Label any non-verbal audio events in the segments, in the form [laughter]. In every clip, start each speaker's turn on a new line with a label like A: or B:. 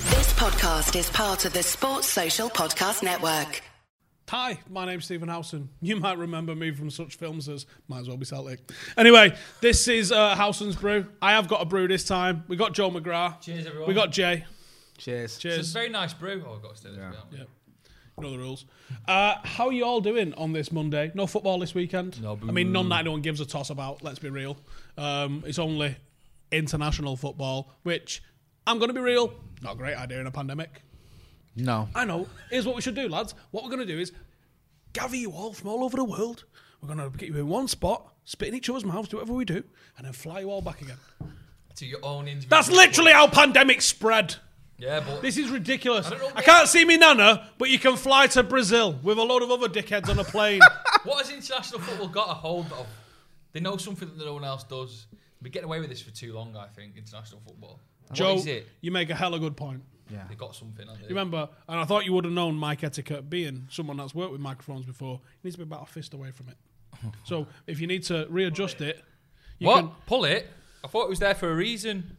A: podcast is part of the Sports Social Podcast Network.
B: Hi, my name's Stephen Howson. You might remember me from such films as Might as Well Be Celtic. Anyway, this is uh, Howson's Brew. I have got a brew this time. We got Joe McGrath.
C: Cheers, everyone.
B: We got Jay.
D: Cheers.
C: So It's a
B: Cheers.
C: very nice brew. Oh, I've got to say this. Yeah.
B: Yeah. You know the rules. Uh, how are you all doing on this Monday? No football this weekend.
C: No
B: I mean, none that no one gives a toss about. Let's be real. Um, it's only international football, which I'm going to be real. Not a great idea in a pandemic.
D: No.
B: I know. Here's what we should do, lads. What we're going to do is gather you all from all over the world. We're going to get you in one spot, spit in each other's mouths, do whatever we do, and then fly you all back again.
C: To your own individual.
B: That's literally how pandemics spread.
C: Yeah, but
B: This is ridiculous. I,
C: don't know-
B: can't see me nana, but you can fly to Brazil with a load of other dickheads on a plane.
C: [laughs] what has international football got a hold of? They know something that no one else does. We're getting away with this for too long, I think. International football.
B: Joe,
C: what is it?
B: you make a hell of a good point.
D: Yeah.
C: They got something. haven't
B: You
C: they?
B: remember, and I thought you would have known mic etiquette being someone that's worked with microphones before. You need to be about a fist away
C: [laughs]
B: from it. so if you need to readjust it, you
C: what?
B: can.
C: Pull it. I thought it was there for a reason.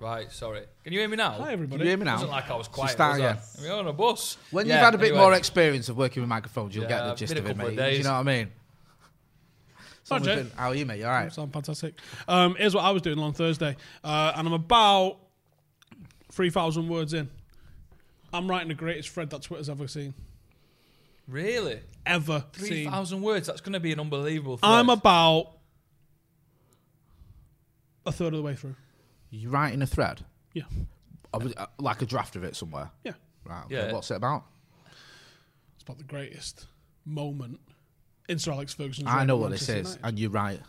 C: Right. Sorry. Can you hear me now?
B: Hi,
D: Can
B: everybody.
D: you hear me now?
C: Wasn't like I was
D: So
C: quiet.
D: start
C: was I?
D: again.
C: I mean, on a bus.
D: When
C: Yeah,
D: you've had a bit
C: anyway.
D: more experience of working with microphones, you'll get
C: Yeah,
D: the
C: I've
D: gist
C: been a
D: of it,
C: couple of
D: mate. Do you
C: days.
D: know what I mean? Someone's
B: Jay.
D: been- how are you, mate? You all right?
B: Sound fantastic. Um, here's what I was doing on Thursday, uh, and I'm about three thousand words in. I'm writing the greatest thread that Twitter's ever seen,
C: Really?
B: ever
C: Three
B: seen.
C: thousand words. That's going to be an unbelievable. Thread.
B: I'm about a third of the way through.
D: You writing a thread?
B: Yeah,
D: Of- uh, Like a draft of it somewhere?
B: yeah.
D: Right. okay.
C: Yeah.
D: What's it about?
B: It's about the greatest moment in Sir Alex Ferguson's. reign
D: I know
B: at
D: what this
B: Manchester
D: is,
B: United.
D: and you're right.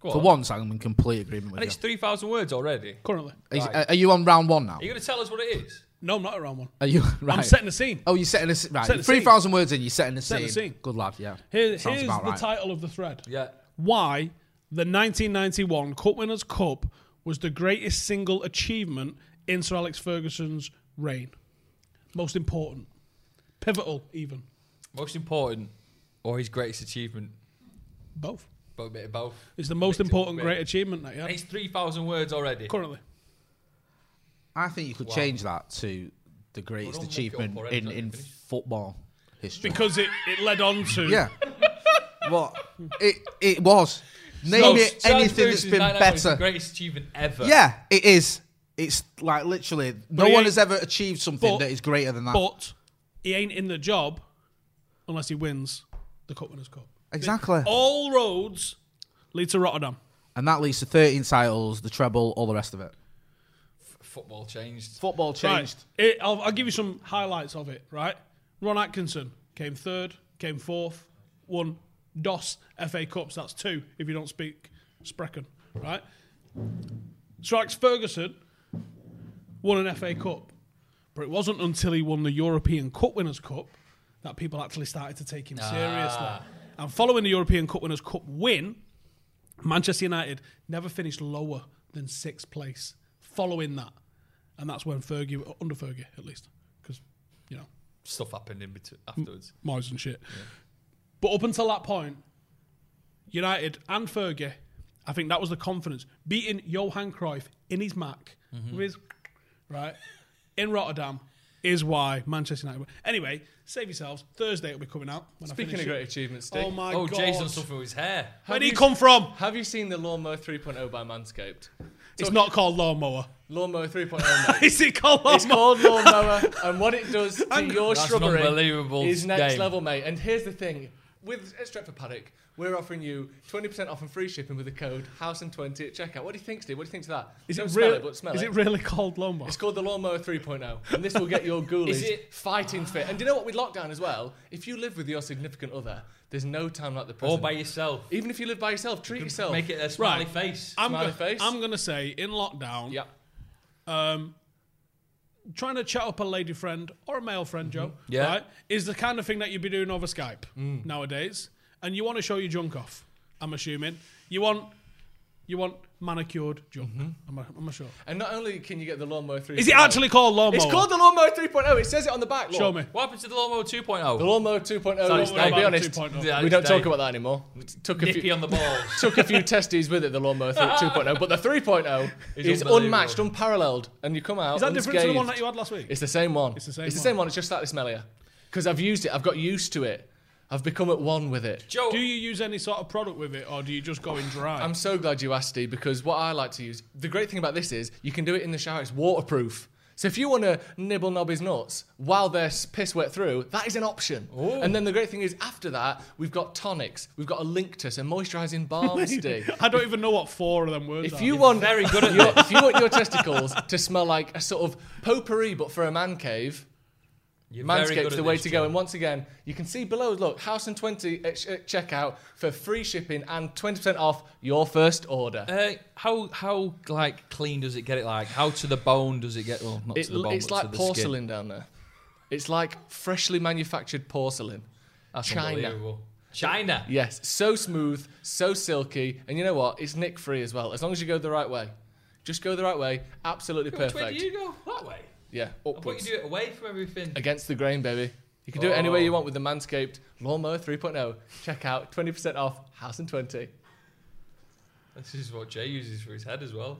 C: Go
D: For
C: on.
D: once, I'm in complete agreement with
C: And it's
D: you.
C: three thousand words already.
B: Currently,
D: Is-
C: right.
D: uh, are you on round one now?
C: Are you going to tell us what it is?
B: no, I'm not around one.
D: Are you right?
B: I'm setting the scene.
D: Oh, you're setting a s- right.
B: Setting the
D: Three thousand words in, you're setting a
B: Setting
D: scene.
B: the scene.
D: Good lad. Yeah.
B: Here- here's
D: Sounds
B: the
D: about right.
B: title of the thread.
C: Yeah.
B: why the 1991 Cup Winners' Cup was the greatest single achievement in Sir Alex Ferguson's reign. Most important, pivotal, even
C: Most important, or his greatest achievement?
B: both.
C: Both bit of both.
B: It's the most
C: Victor
B: important
C: Wimby.
B: great achievement that you had
C: And it's three thousand words already.
B: currently.
D: I think you could change that to the
C: Well,
D: greatest
C: don't muck it
D: achievement
C: up already,
D: in
C: don't you
D: in
C: finish?
D: football history.
B: Because it, it led on to.
C: [laughs]
D: [laughs] Yeah. well, it it was. Name
C: Most-
D: it
C: Charles
D: anything that's
C: Ferguson's
D: been
C: 99 is the
D: better.
C: greatest achievement ever.
D: Yeah, it is. It's like literally no
B: he
D: one
B: ain't-
D: has ever achieved something
B: But-
D: that is greater than that.
B: But he ain't in the job unless he wins the Cup Winners' Cup.
D: exactly.
B: All roads lead to Rotterdam.
D: And that leads to 13 titles, the treble, all the rest of it.
C: Football changed.
D: Football
B: Right. It- I'll, I'll give you some highlights of it, right? Ron Atkinson came third, came fourth, won DOS FA Cups. That's two if you don't speak Sprechen, right? Sir Alex Ferguson won an FA Cup, but it wasn't until he won the European Cup Winners' Cup that people actually started to take him seriously. And following the European Cup Winners' Cup win, Manchester United never finished lower than sixth place following that. And that's when Fergie, under Fergie at least, because, you know,
C: Stuff happened in between afterwards.
B: Moyes and shit. But up until that point, United and Fergie, I think that was the confidence. Beating Johan Cruyff in his Mac,
E: Mm-hmm.
B: with his, right, in Rotterdam is why Manchester United. Anyway, save yourselves. Thursday it'll be coming out. When I
E: Speaking
B: finish
E: of great
B: it.
E: achievements, Steve,
B: Oh my
C: oh,
B: God.
C: Jay's done something with his hair.
B: Where'd
E: Have
B: he
E: you-
B: come from?
E: have you seen the Lawnmower 3.0 by Manscaped?
B: It's not called lawnmower. [laughs]
E: Lawnmower 3.0, mate.
B: Is it called
E: It's
B: lawnmower?
E: called Lawnmower, and what it does to your
C: That's an
E: shrubbery
C: unbelievable
E: is next
C: game.
E: level, mate. And here's the thing. With at Stretford Paddock, we're offering you 20% off and free shipping with the code HOUSEAND20 at checkout. What do you think, Steve? What do you think to that?
B: [laughs] Is
E: Don't
B: it
E: smell
B: really?
E: it, but smell
B: is
E: it.
B: it really called lawnmower?
E: It's called the Lawnmower 3.0, and this will get your ghoulies
C: Is it-
E: fighting fit. And do you know what? With lockdown as well, if you live with your significant other, there's no time like the present.
C: All by yourself.
E: Even if you live by yourself, treat yourself.
C: Make it a smiley
B: Right.
C: face.
B: I'm,
E: smiley
B: go-
E: face.
B: I'm gonna say in lockdown,
E: Yeah.
B: um, trying to chat up a lady friend or a male friend, Joe,
C: Yeah.
B: right, is the kind of thing that you'd be doing over Skype nowadays. And you want to show your junk off, I'm assuming. You want You want manicured junk. Am, I, am I sure?
E: And not only can you get the lawnmower 3.0.
B: Is it actually called lawnmower?
E: It's called the lawnmower 3.0. It says it on the back. Look.
B: Show me.
C: What happened to the lawnmower oh? 2.0?
E: The lawnmower 2.0.
C: Sorry,
E: is-
C: it's
E: I'll
C: not
E: be
B: about
E: honest.
B: 2.0.
C: Yeah,
E: We don't
C: today.
E: talk about that anymore. Took a
C: nippy
E: few.
C: on the
B: oh.
C: balls.
E: [laughs] Took a few testes with it, the lawnmower th- 2.0, oh, but the
B: [laughs]
E: 3.0 is,
C: unbelievable.
E: unmatched, unparalleled, and you come out.
B: Is that different to the
E: unscathed.
B: one that you had last week?
E: It's the same one.
B: It's the same
E: It's the
B: one.
E: same one. It's just slightly smellier. Because I've used it. I've got used to it. I've become at one with it.
C: Joe,
B: Do you use any sort of product with it, or do you just go in dry?
E: I'm so glad you asked, Steve, because what I like to use. The great thing about this is you can do it in the shower. It's waterproof. So if you want to nibble Nobby's nuts while they're s- piss wet through, that is an option. And then the great thing is after that, we've got tonics, we've got a Linctus, a moisturising
C: [laughs]
E: balm, Steve.
B: [laughs] I don't even know what four of them words
E: If
B: are.
E: you want,
C: very good at
E: your, if you want your testicles to smell like a sort of potpourri, but for a man cave,
C: you're very good
E: Manscaped's
C: at
E: the way
C: this,
E: to
C: Joe.
E: go. And once again, you can see below, look, House and 20 at, sh- at checkout for free shipping and 20% off your first order.
C: Uh, how how like clean does it get? It like how to the bone does it get? Well, not
E: It-
C: to the bone.
E: it's
C: but
E: like
C: to the skin.
E: porcelain down there. It's like freshly manufactured porcelain.
C: That's
E: China.
C: unbelievable. China.
E: Yes, so smooth, so silky. And you know what? It's nick free as well, as long as you go the right way. Just go the right way, absolutely
C: Which way
E: perfect.
C: do you go? That way.
E: Yeah,
C: I thought
E: upwards.
C: you do it away from everything.
E: Against the grain, baby. You can do it any
C: Oh.
E: way you want with the Manscaped Lawnmower 3.0. Check out 20% off House and 20.
C: This is what Jay uses for his head as well.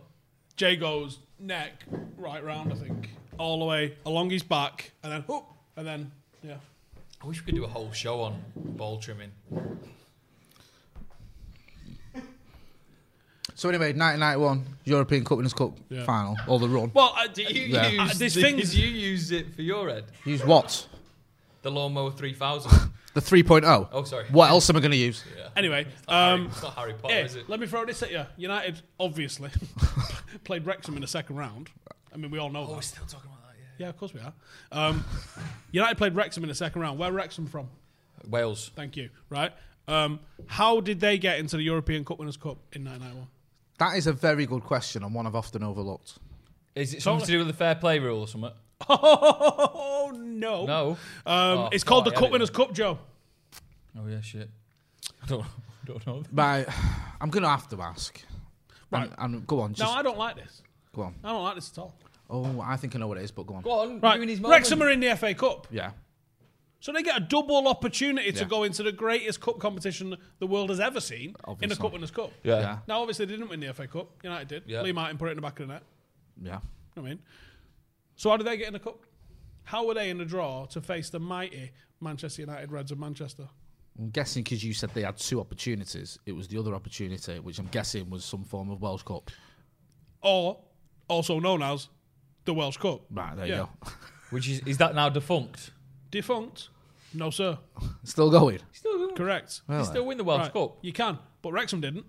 B: Jay goes neck right round, I think, all the way along his back, and then whoop, and then yeah.
C: I wish we could do a whole show on ball trimming.
D: So anyway, 1991 European Cup Winners' Cup
B: Yeah.
D: final or the run.
B: Well, I,
C: Do you
D: Yeah.
C: use
B: Uh, there's
C: the-
B: things-
C: do you use it for your head?
D: Use what?
C: The lawnmower 3000.
D: The 3.0.
C: Oh, sorry.
D: What else am I going to use?
B: anyway, um,
C: it's not Harry Potter,
B: yeah,
C: is it?
B: let me throw this at you. United [laughs] obviously played Wrexham in the second round. I mean, we all know
C: Oh, we're
B: that.
C: still talking about that. Yeah.
B: Yeah, of course we are. Um, United played Wrexham in the second round. Where Wrexham from?
C: Wales.
B: Thank you. Right. Um, how did they get into the European Cup Winners' Cup in 1991?
D: That is a very good question and one I've often overlooked.
C: Is it something to do with the fair play rule or something?
B: [laughs] Oh no!
C: No.
B: Um,
C: Oh,
B: it's called
C: sorry,
B: the
C: I
B: Cup
C: didn't
B: Winners'
C: know.
B: Cup, Joe.
C: Oh yeah, shit. [laughs] I don't, don't know.
D: My, [sighs] I'm going to have to ask.
B: Right.
D: And, and go on,
B: No,
D: just
B: I don't like this.
D: go on.
B: I don't like this at all.
D: Oh, I think I know what it is, but go on.
C: Go on,
B: Right,
C: ruin his moment.
B: Wrexham are in the FA Cup,
D: Yeah.
B: so they get a double opportunity to
D: Yeah.
B: go into the greatest cup competition the world has ever seen in the
D: Obviously.
B: Cup Winners' Cup.
C: Yeah.
D: Yeah.
B: Now, obviously, they didn't win the FA Cup. United did.
C: Yeah.
B: Lee Martin put it in the back of the net.
D: Yeah.
B: You know what I mean, so how did they get in the cup? How were they in the draw to face the mighty Manchester United Reds of Manchester?
D: I'm guessing because you said they had two opportunities, it was the other opportunity, which I'm guessing was some form of Welsh Cup.
B: or also known as the Welsh Cup.
D: Right, there
B: Yeah.
D: you go. [laughs]
C: Which is is that now defunct?
B: Defunct? No, sir.
D: Still going.
C: Still,
B: Correct.
C: they still win the Welsh
B: Right,
C: Cup.
B: You can, but Wrexham didn't.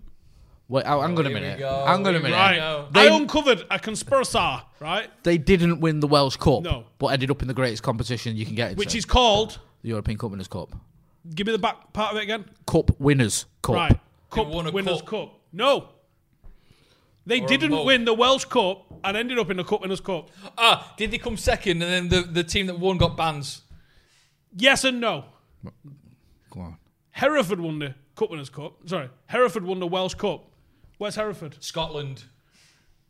D: Wait, I- hang on a
C: Here we
D: minute.
C: go,
D: Hang on
C: here we
D: a minute.
B: Right.
C: know.
D: They,
B: I uncovered a conspiracy, right?
D: they didn't win the Welsh Cup,
B: No.
D: but ended up in the greatest competition you can get into,
B: Which is called,
D: the European Cup Winners' Cup.
B: give me the back part of it again.
D: Cup Winners' Cup.
B: Right.
C: They
B: Cup
C: won a
B: Winners'
C: cup.
B: Cup. No. They
C: Or a
B: didn't
C: mug.
B: win the Welsh Cup and ended up in the Cup Winners' Cup.
C: Ah, did they come second and then the, the team that won got bans?
B: Yes and no.
D: Go on.
B: Hereford won the Cup Winners' Cup. Sorry. Hereford won the Welsh Cup. Where's Hereford?
C: Scotland.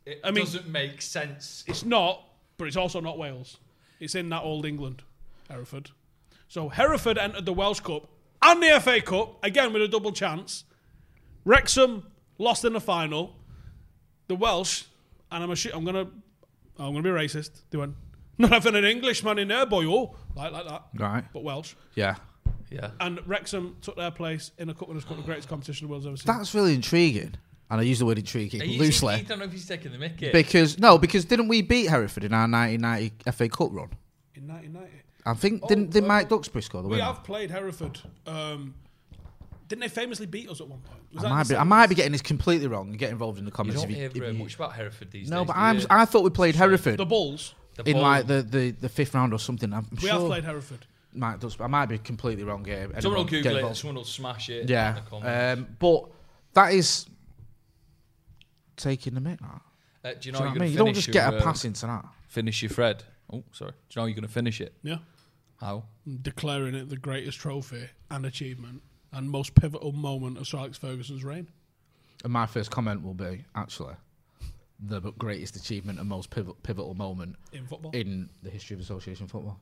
C: It
B: I mean-
C: doesn't make sense.
B: It's not, but it's also not Wales. It's in that old England, Hereford. So Hereford entered the Welsh Cup and the FA Cup, again with a double chance. Wrexham lost in the final. The Welsh, and I'm, assu- I'm going to I'm gonna be racist. They went, not having an Englishman in there, boy, oh. Like, like that.
D: Right.
B: But Welsh.
D: Yeah.
C: Yeah.
B: And Wrexham took their place in a Cup Winners' Cup, the greatest competition the world's ever seen.
D: That's really intriguing. And I use the word intriguing loosely.
C: I don't know if he's taking the eh? mickey.
D: Because no, because didn't we beat Hereford in our 1990 FA Cup run?
B: in 1990.
D: I
C: Oh,
D: think didn't
C: uh,
D: did Mike Duxbury score the
B: We
D: winner?
B: have played Hereford. Um, didn't they famously beat us at one point? Was that
D: I might
B: the
D: be I
B: same-
D: might be getting this completely wrong and get involved in the
C: you
D: comments.
C: don't
D: if you-
C: hear
D: if
C: very
D: you-
C: much about Hereford these
D: no,
C: days.
D: but
C: do
D: I'm,
C: you?
D: I thought we played Hereford
B: the Bulls.
C: The
D: in
C: ball-
D: like the, the, the fifth round or something. I'm
B: We
D: sure
B: have played Hereford.
D: Mike Duxbury. I might be completely wrong here.
C: someone will
D: Anyone get
C: Google it. and
D: involved.
C: Someone will smash it. In
D: Yeah,
C: the comments.
D: um, but that is taking the mic. that.
C: Uh, do you know
D: Do you know
C: how
D: what I
C: you're
D: mean? You
C: gonna
D: don't just
C: finish
D: get
C: your,
D: a
C: uh,
D: pass into that.
C: Finish your Fred. Oh, sorry. Do you know how you're going to finish it?
B: Yeah.
C: How?
B: Declaring it the greatest trophy and achievement and most pivotal moment of Sir Alex Ferguson's reign.
D: And my first comment will be actually the greatest achievement and most pivot, pivotal moment
B: in football.
D: in the history of association football.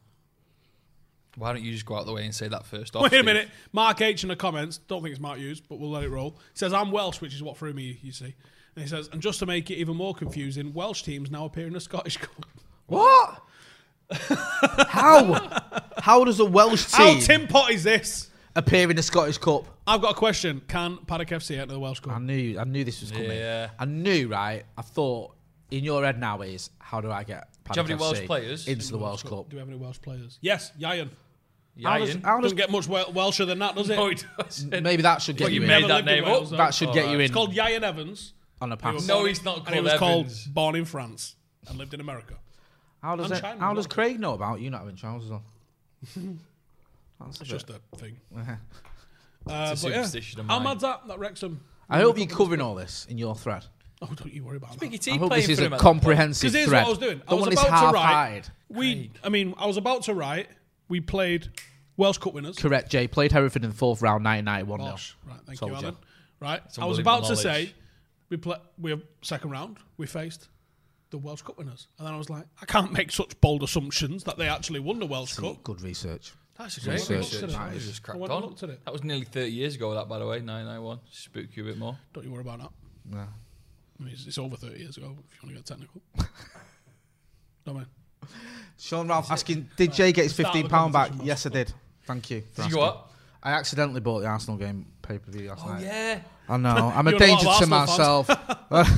C: Why don't you just go out the way and say that first off?
B: Wait a
C: Steve?
B: minute. Mark H in the comments, don't think it's Mark Hughes, but we'll let it roll. says, I'm Welsh, which is what threw me, you see. And he says, and just to make it even more confusing, Welsh teams now appear in the Scottish [laughs] Cup.
D: What? [laughs] How? How does a Welsh
B: How
D: team
B: Tim Pot is this?
D: appear in the Scottish Cup?
B: I've got a question. Can Paddock FC enter the Welsh Cup?
D: I knew, I knew this was coming.
C: Yeah.
D: I knew, right? I thought in your head now is how do I get
C: you have
D: Paddock
C: any Welsh
D: FC
C: players?
D: into the Welsh Cup?
B: Do we have any Welsh players? Yes, Yayan.
D: How does,
C: Yayin.
D: how does-
B: Doesn't get much Wel- Welsher than that, does it?
C: No, he doesn't.
D: maybe that should get
C: Well,
D: you,
C: you
D: in.
C: made
B: Never
C: that
B: lived in
C: name
B: Wales,
C: up.
B: though.
D: That should get you
B: It's
D: in
B: called Yayan Evans.
D: on a pass.
C: No, he's not
B: and he
C: called
B: was
C: Evans.
B: called born in France and lived in America.
D: How does
B: And
D: it,
B: China
D: how
B: as
D: does
B: well.
D: Craig know about you not having trousers on?
B: [laughs]
D: That's
B: It's
D: a bit-
B: just a thing.
C: a
B: Uh, but yeah.
C: superstition of
B: How
C: mine.
B: mad's that? That Wrexham.
D: I hope you're covering all this in your thread.
B: Oh, don't you worry about that.
C: Biggie T
D: I hope
C: playing
D: this is
C: for
D: a
C: him at that
D: comprehensive
B: Because here's
D: thread.
B: what I was doing. I
D: The
B: was
D: one is
B: about to write.
D: half-eyed.
B: We, I mean, I was about to write. We played Welsh Cup winners.
D: Correct, Jay. Played Hereford in the fourth round, 1991 nil.
B: Welsh. Right, thank
D: Told
B: you,
D: you.
B: Alan. Right, I was
C: unbelievable
B: about to
C: knowledge.
B: say we play. We have second round. We faced the Welsh Cup winners, and then I was like, I can't make such bold assumptions that they actually won the Welsh
D: See,
B: Cup.
D: Good research.
C: That's a
D: great
C: great
D: Research. research.
C: research.
D: That is-
C: just
B: I
C: cracked
B: went and
C: on.
B: looked at it.
C: That was nearly 30 years ago, that, by the way, 991. Spook you a bit more.
B: Don't you worry about that.
D: Yeah.
B: I mean, it's, it's over thirty years ago. If you want to get technical, [laughs] no man.
D: Sean Ralph asking, did Jay get his
B: Start with
D: fifteen pound back?
B: conversation,
D: Yes, I did. Thank you. for
C: Did you go
D: asking.
C: up?
D: I accidentally bought the Arsenal game pay per view last
C: Oh,
D: night.
C: yeah.
D: I know.
B: [laughs]
D: I'm a
B: You're a lot
D: danger
B: of
D: to
B: Arsenal fans.
D: myself.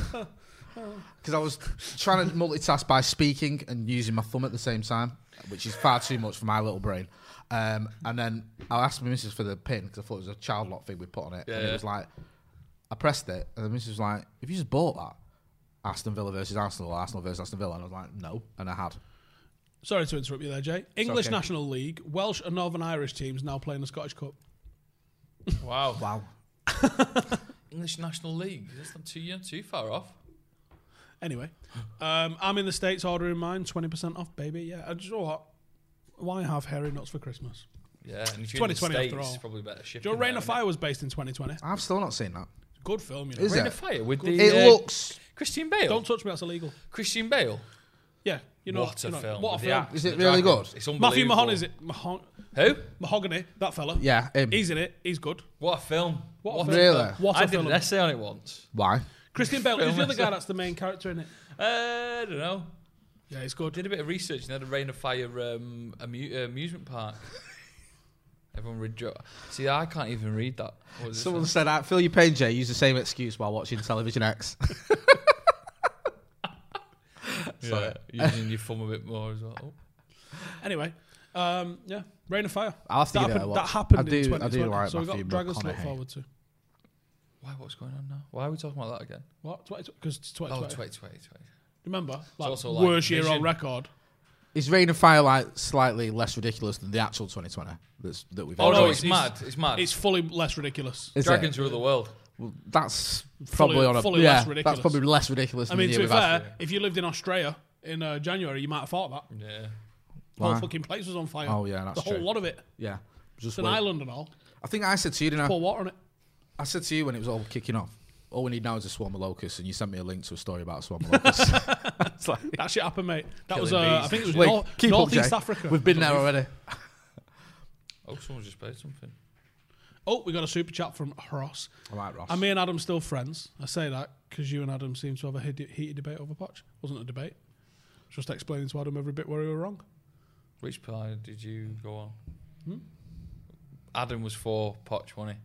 B: [laughs]
D: [laughs] Because I was trying to multitask by speaking and using my thumb at the same time, which is far too much for my little brain. Um, and then I asked my missus for the pin because I thought it was a child lock thing we put on it. and it
C: Yeah.
D: was like, I pressed it, and the missus was like, If you just bought that, Aston Villa versus Arsenal, or Arsenal versus Aston Villa. And I was like, No. And I had.
B: Sorry to interrupt you there, Jay. English
D: okay.
B: National League, Welsh and Northern Irish teams now playing the Scottish Cup.
C: Wow.
D: Wow.
C: English National League. That's not too, you're not too far off.
B: Anyway, um, I'm in the States ordering mine, 20% off, baby. Yeah, and do you know what? Why have hairy nuts for Christmas?
C: Yeah, and if you're in the
B: 2020
C: States,
B: after all.
C: it's probably better shipping.
B: Do you know Rain
C: there,
B: of
C: innit?
B: Fire was based in 2020?
D: I've still not seen that.
B: Good film, you know.
D: Is
C: Rain
D: it?
C: of Fire with the.
D: It
C: uh,
D: looks.
C: Christian Bale.
B: Don't touch me, that's illegal.
C: Christian Bale.
B: Yeah, you know.
C: what a
B: you know,
C: film.
B: What a
C: with the
B: film.
C: axe
D: Is
C: and
D: it
C: the
D: really
C: dragon.
D: good?
C: It's
B: Matthew
C: unbelievable.
B: Mahoney, is it? Mahon-
C: Who?
B: Mahogany, that fella.
D: Yeah. um, him.
B: He's in it, he's good.
C: What a film.
B: What a
C: What a
B: film.
D: Really?
B: What a
C: I did
B: film.
C: an essay on it once.
D: Why?
B: Christian Bale, who's the
C: Film
B: other guy
C: is-
B: that's the main character in it?
C: Uh, I don't know.
B: Yeah, he's good.
C: Did a bit of research and they had a rain of fire um, amu- uh, amusement [laughs] park. Everyone read. Jo- See, I can't even read that. What is this
D: Someone
C: one?
D: said, I feel your pain, Jay. Use the same excuse while watching Television X. [laughs]
C: yeah, using your thumb a bit more as well. Oh.
B: Anyway, um, yeah, Rain of Fire.
D: I'll have to
B: that,
D: give it a
B: happened,
D: watch.
B: that happened
D: I
B: in
D: do- I do
B: 2020.
D: like
B: so
D: Matthew
B: we've got Dragons to look
D: McConaughey.
B: forward to.
C: Why? What's going on now? Why are we talking about that again?
B: What? Because it's
C: Oh,
B: 2020.
C: 2020. 20,
B: Remember? Like,
C: also like
B: worst year on
C: Vision.
B: record.
D: Is Rain of Fire like slightly less ridiculous than the actual 2020 that's, that we've?
C: Oh, no,
D: had?
B: it's-
C: it's, mad. It's mad.
B: It's fully less ridiculous.
D: Is it?
C: Dragons rule the world.
D: Well, that's probably on a
B: fully
D: yeah.
B: less ridiculous.
D: That's probably less ridiculous.
B: I
D: Than
B: mean,
D: the
B: to
D: year
B: be
D: we've had.
B: fair, if you lived in Australia in uh, January, you might have thought that.
C: Yeah.
B: The
D: Why?
B: whole fucking place was on fire.
D: Oh, yeah, that's
B: The whole
D: true.
B: lot of it.
D: yeah, just
B: It's an
D: wait.
B: island and all.
D: I think I said to you, didn't I?
B: Pour water on
D: [laughs]
B: it.
D: I said to you when it was all kicking off. All we need now is a swarm of locusts, and you sent me a link to a story about a swarm
B: [laughs]
D: of locusts.
B: That shit happened, mate. That was,
C: Killing
B: uh,
C: bees.
B: I think it was
D: Wait,
B: North,
D: keep up,
B: Northeast
D: Jay.
B: Africa.
D: We've been there already.
C: Oh, someone just played something.
B: oh, we got a super chat from Ross.
D: All right, Ross.
B: Are me and Adam still friends? I say that because you and Adam seem to have a heated, heated debate over Potch. Wasn't a debate. Just explaining to Adam every bit where we were wrong.
C: Which planet did you go on? Hmm? Adam was for Poch, wasn't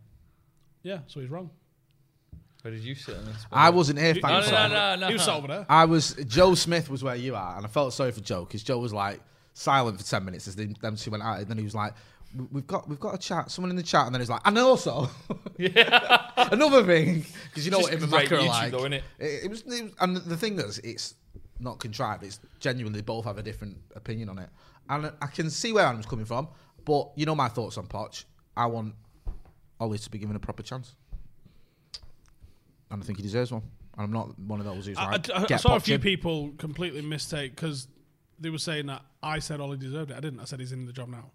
C: he?
B: Yeah, so he's wrong.
C: Where did you sit on this?
D: I wasn't here.
C: No,
D: Thanks.
C: no, no, no, no.
B: He was over there.
D: I was Joe Smith was where you are, and I felt sorry for Joe because Joe was like silent for ten minutes as they, them two went out, and then he was like, "We- "We've got we've got a chat, someone in the chat," and then he's like,
C: [laughs]
D: "And also, another thing because you know
C: Just
D: what him and
C: great
D: Maka are
C: YouTube
D: like."
C: though, innit?
D: It, it was, it was, and the thing is, it's not contrived. It's genuinely both have a different opinion on it, and I can see where Adam's coming from. But you know my thoughts on Poch. I want Ollie to be given a proper chance, and I think he deserves one. And I'm not one of those who's
B: I,
D: like,
B: I- I
D: get
B: saw a
D: Poch
B: few
D: in.
B: people completely mistake because they were saying that I said Ollie deserved it. I didn't. I said he's in the job now.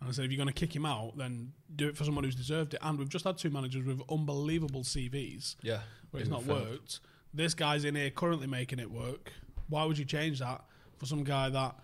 B: And I said, if you're going to kick him out, then do it for someone who's deserved it. And we've just had two managers with unbelievable CVs.
C: Yeah.
B: Where it's not worked. This guy's in here currently making it work. Why would you change that for some guy that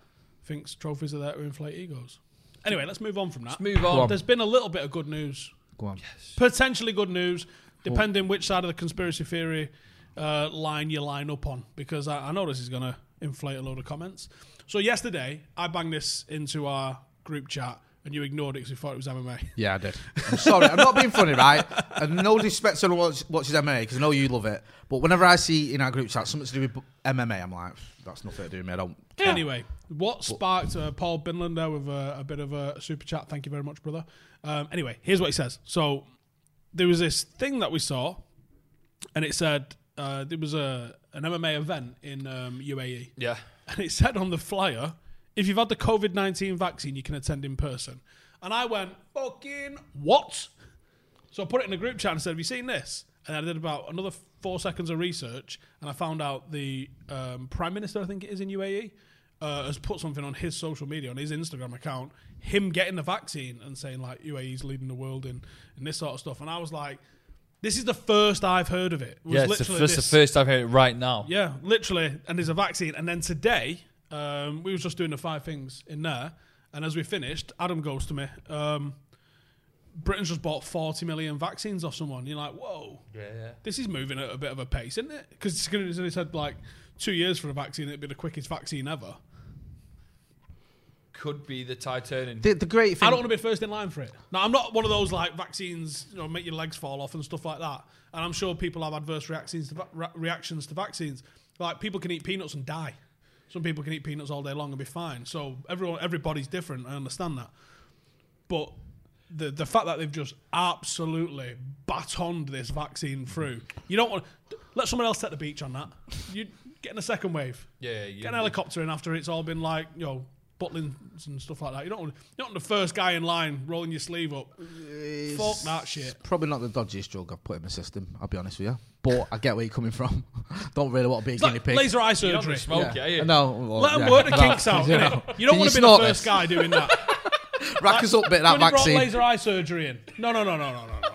B: thinks trophies are there to inflate egos? Anyway, let's move on from that. Let's
C: move on.
B: There's been a little bit of good news
D: Go on.
B: potentially good news, depending which side of the conspiracy theory uh, line you line up on, because I, I know this is going to inflate a load of comments. So yesterday, I banged this into our group chat, and you ignored it because you thought it was MMA.
D: Yeah, I did. I'm sorry. I'm not being funny, right? And no disrespect to anyone who watches MMA because I know you love it. But whenever I see in our group chat something to do with MMA, I'm like, that's nothing to do with me. I don't.
B: Anyway, what sparked uh, Paul Binland there with uh, a, a bit of a super chat? Thank you very much, brother. Um, anyway, here's what he says. So there was this thing that we saw, and it said uh, there was a an MMA event in um, UAE.
C: Yeah.
B: and it said on the flyer, if you've had the COVID 19 vaccine, you can attend in person. And I went, fucking what? So I put it in the group chat and said, have you seen this? And I did about another four seconds of research and I found out the um, Prime Minister, I think it is in UAE, uh, has put something on his social media, on his Instagram account, him getting the vaccine and saying, like, UAE's leading the world in, in this sort of stuff. And I was like, this is the first I've heard of it. it was
C: Yeah, it's the,
B: literally
C: first, the
B: this-
C: first I've heard it right now.
B: yeah, literally. And there's a vaccine. And then today, um, we was just doing the five things in there. And as we finished, Adam goes to me, um, Britain's just bought 40 million vaccines off someone. You're like, whoa,
C: Yeah.
B: this is moving at a bit of a pace, isn't it? Because it's going to said like two years for a vaccine, it'd be the quickest vaccine ever.
C: Could be the tide turning.
D: The, the great thing.
B: I don't want to be first in line for it. Now, I'm not one of those like vaccines, you know, make your legs fall off and stuff like that. And I'm sure people have adverse reactions to va- re- reactions to vaccines. Like people can eat peanuts and die. Some people can eat peanuts all day long and be fine. So everyone, everybody's different. I understand that. But the the fact that they've just absolutely batoned this vaccine through, you don't want let someone else set the beach on that. You get in a second wave.
C: Yeah, you-
B: get an helicopter in after it's all been like you know butlins and stuff like that. You don't want you don't want the first guy in line rolling your sleeve up. Fuck that shit.
D: Probably not the dodgiest drug I've put in my system. I'll be honest with you, but I get where you're coming from. [laughs] don't really want to be a
B: It's
D: guinea
B: like
D: pig.
B: laser eye
C: You're not
B: surgery.
C: gonna smoke it, are you?
D: No, well,
B: Let them
D: yeah.
B: work the
D: No. [laughs]
B: kinks out.
D: Yeah.
B: innit? You don't want to
D: Can you
B: be the
D: snort
B: first
D: this?
B: guy doing
D: [laughs]
B: that.
D: Rack us up, bit that
B: when he brought
D: vaccine.
B: laser eye surgery in. No, no, no, no, no, no, no.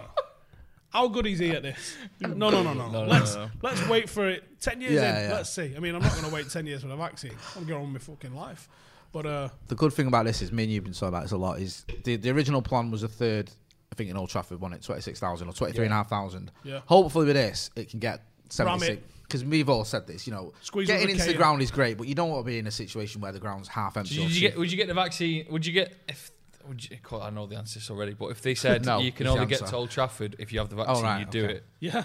B: How good is he at this? No, no, no, no. let's let's wait for it. Ten years
D: Yeah,
B: in,
D: yeah.
B: let's see. I mean, I'm not going to wait ten years for the vaccine. I'm going on with my fucking life. But uh,
D: the good thing about this is me and you've been talking about this a lot is the, the original plan was a third I think in Old Trafford won it 26,000 or 23,500
B: Yeah.
D: hopefully with this it can get
B: Ram
D: 76
B: it.
D: because we've all said this you know
B: Squeeze
D: getting
B: 100K
D: into the
B: in.
D: ground is great but you don't want to be in a situation where the ground's half empty
C: Did
D: or
C: you, did you
D: shit.
C: get? Would you get the vaccine? Would you get if? Would you, God, I know the answer to this already, but
D: [laughs]
C: if they said
D: No,
C: you can
D: it's the
C: only get
D: answer.
C: to
D: Oh,
C: Old Trafford if you have the vaccine,
D: right,
C: you do
D: okay.
C: it.
B: yeah,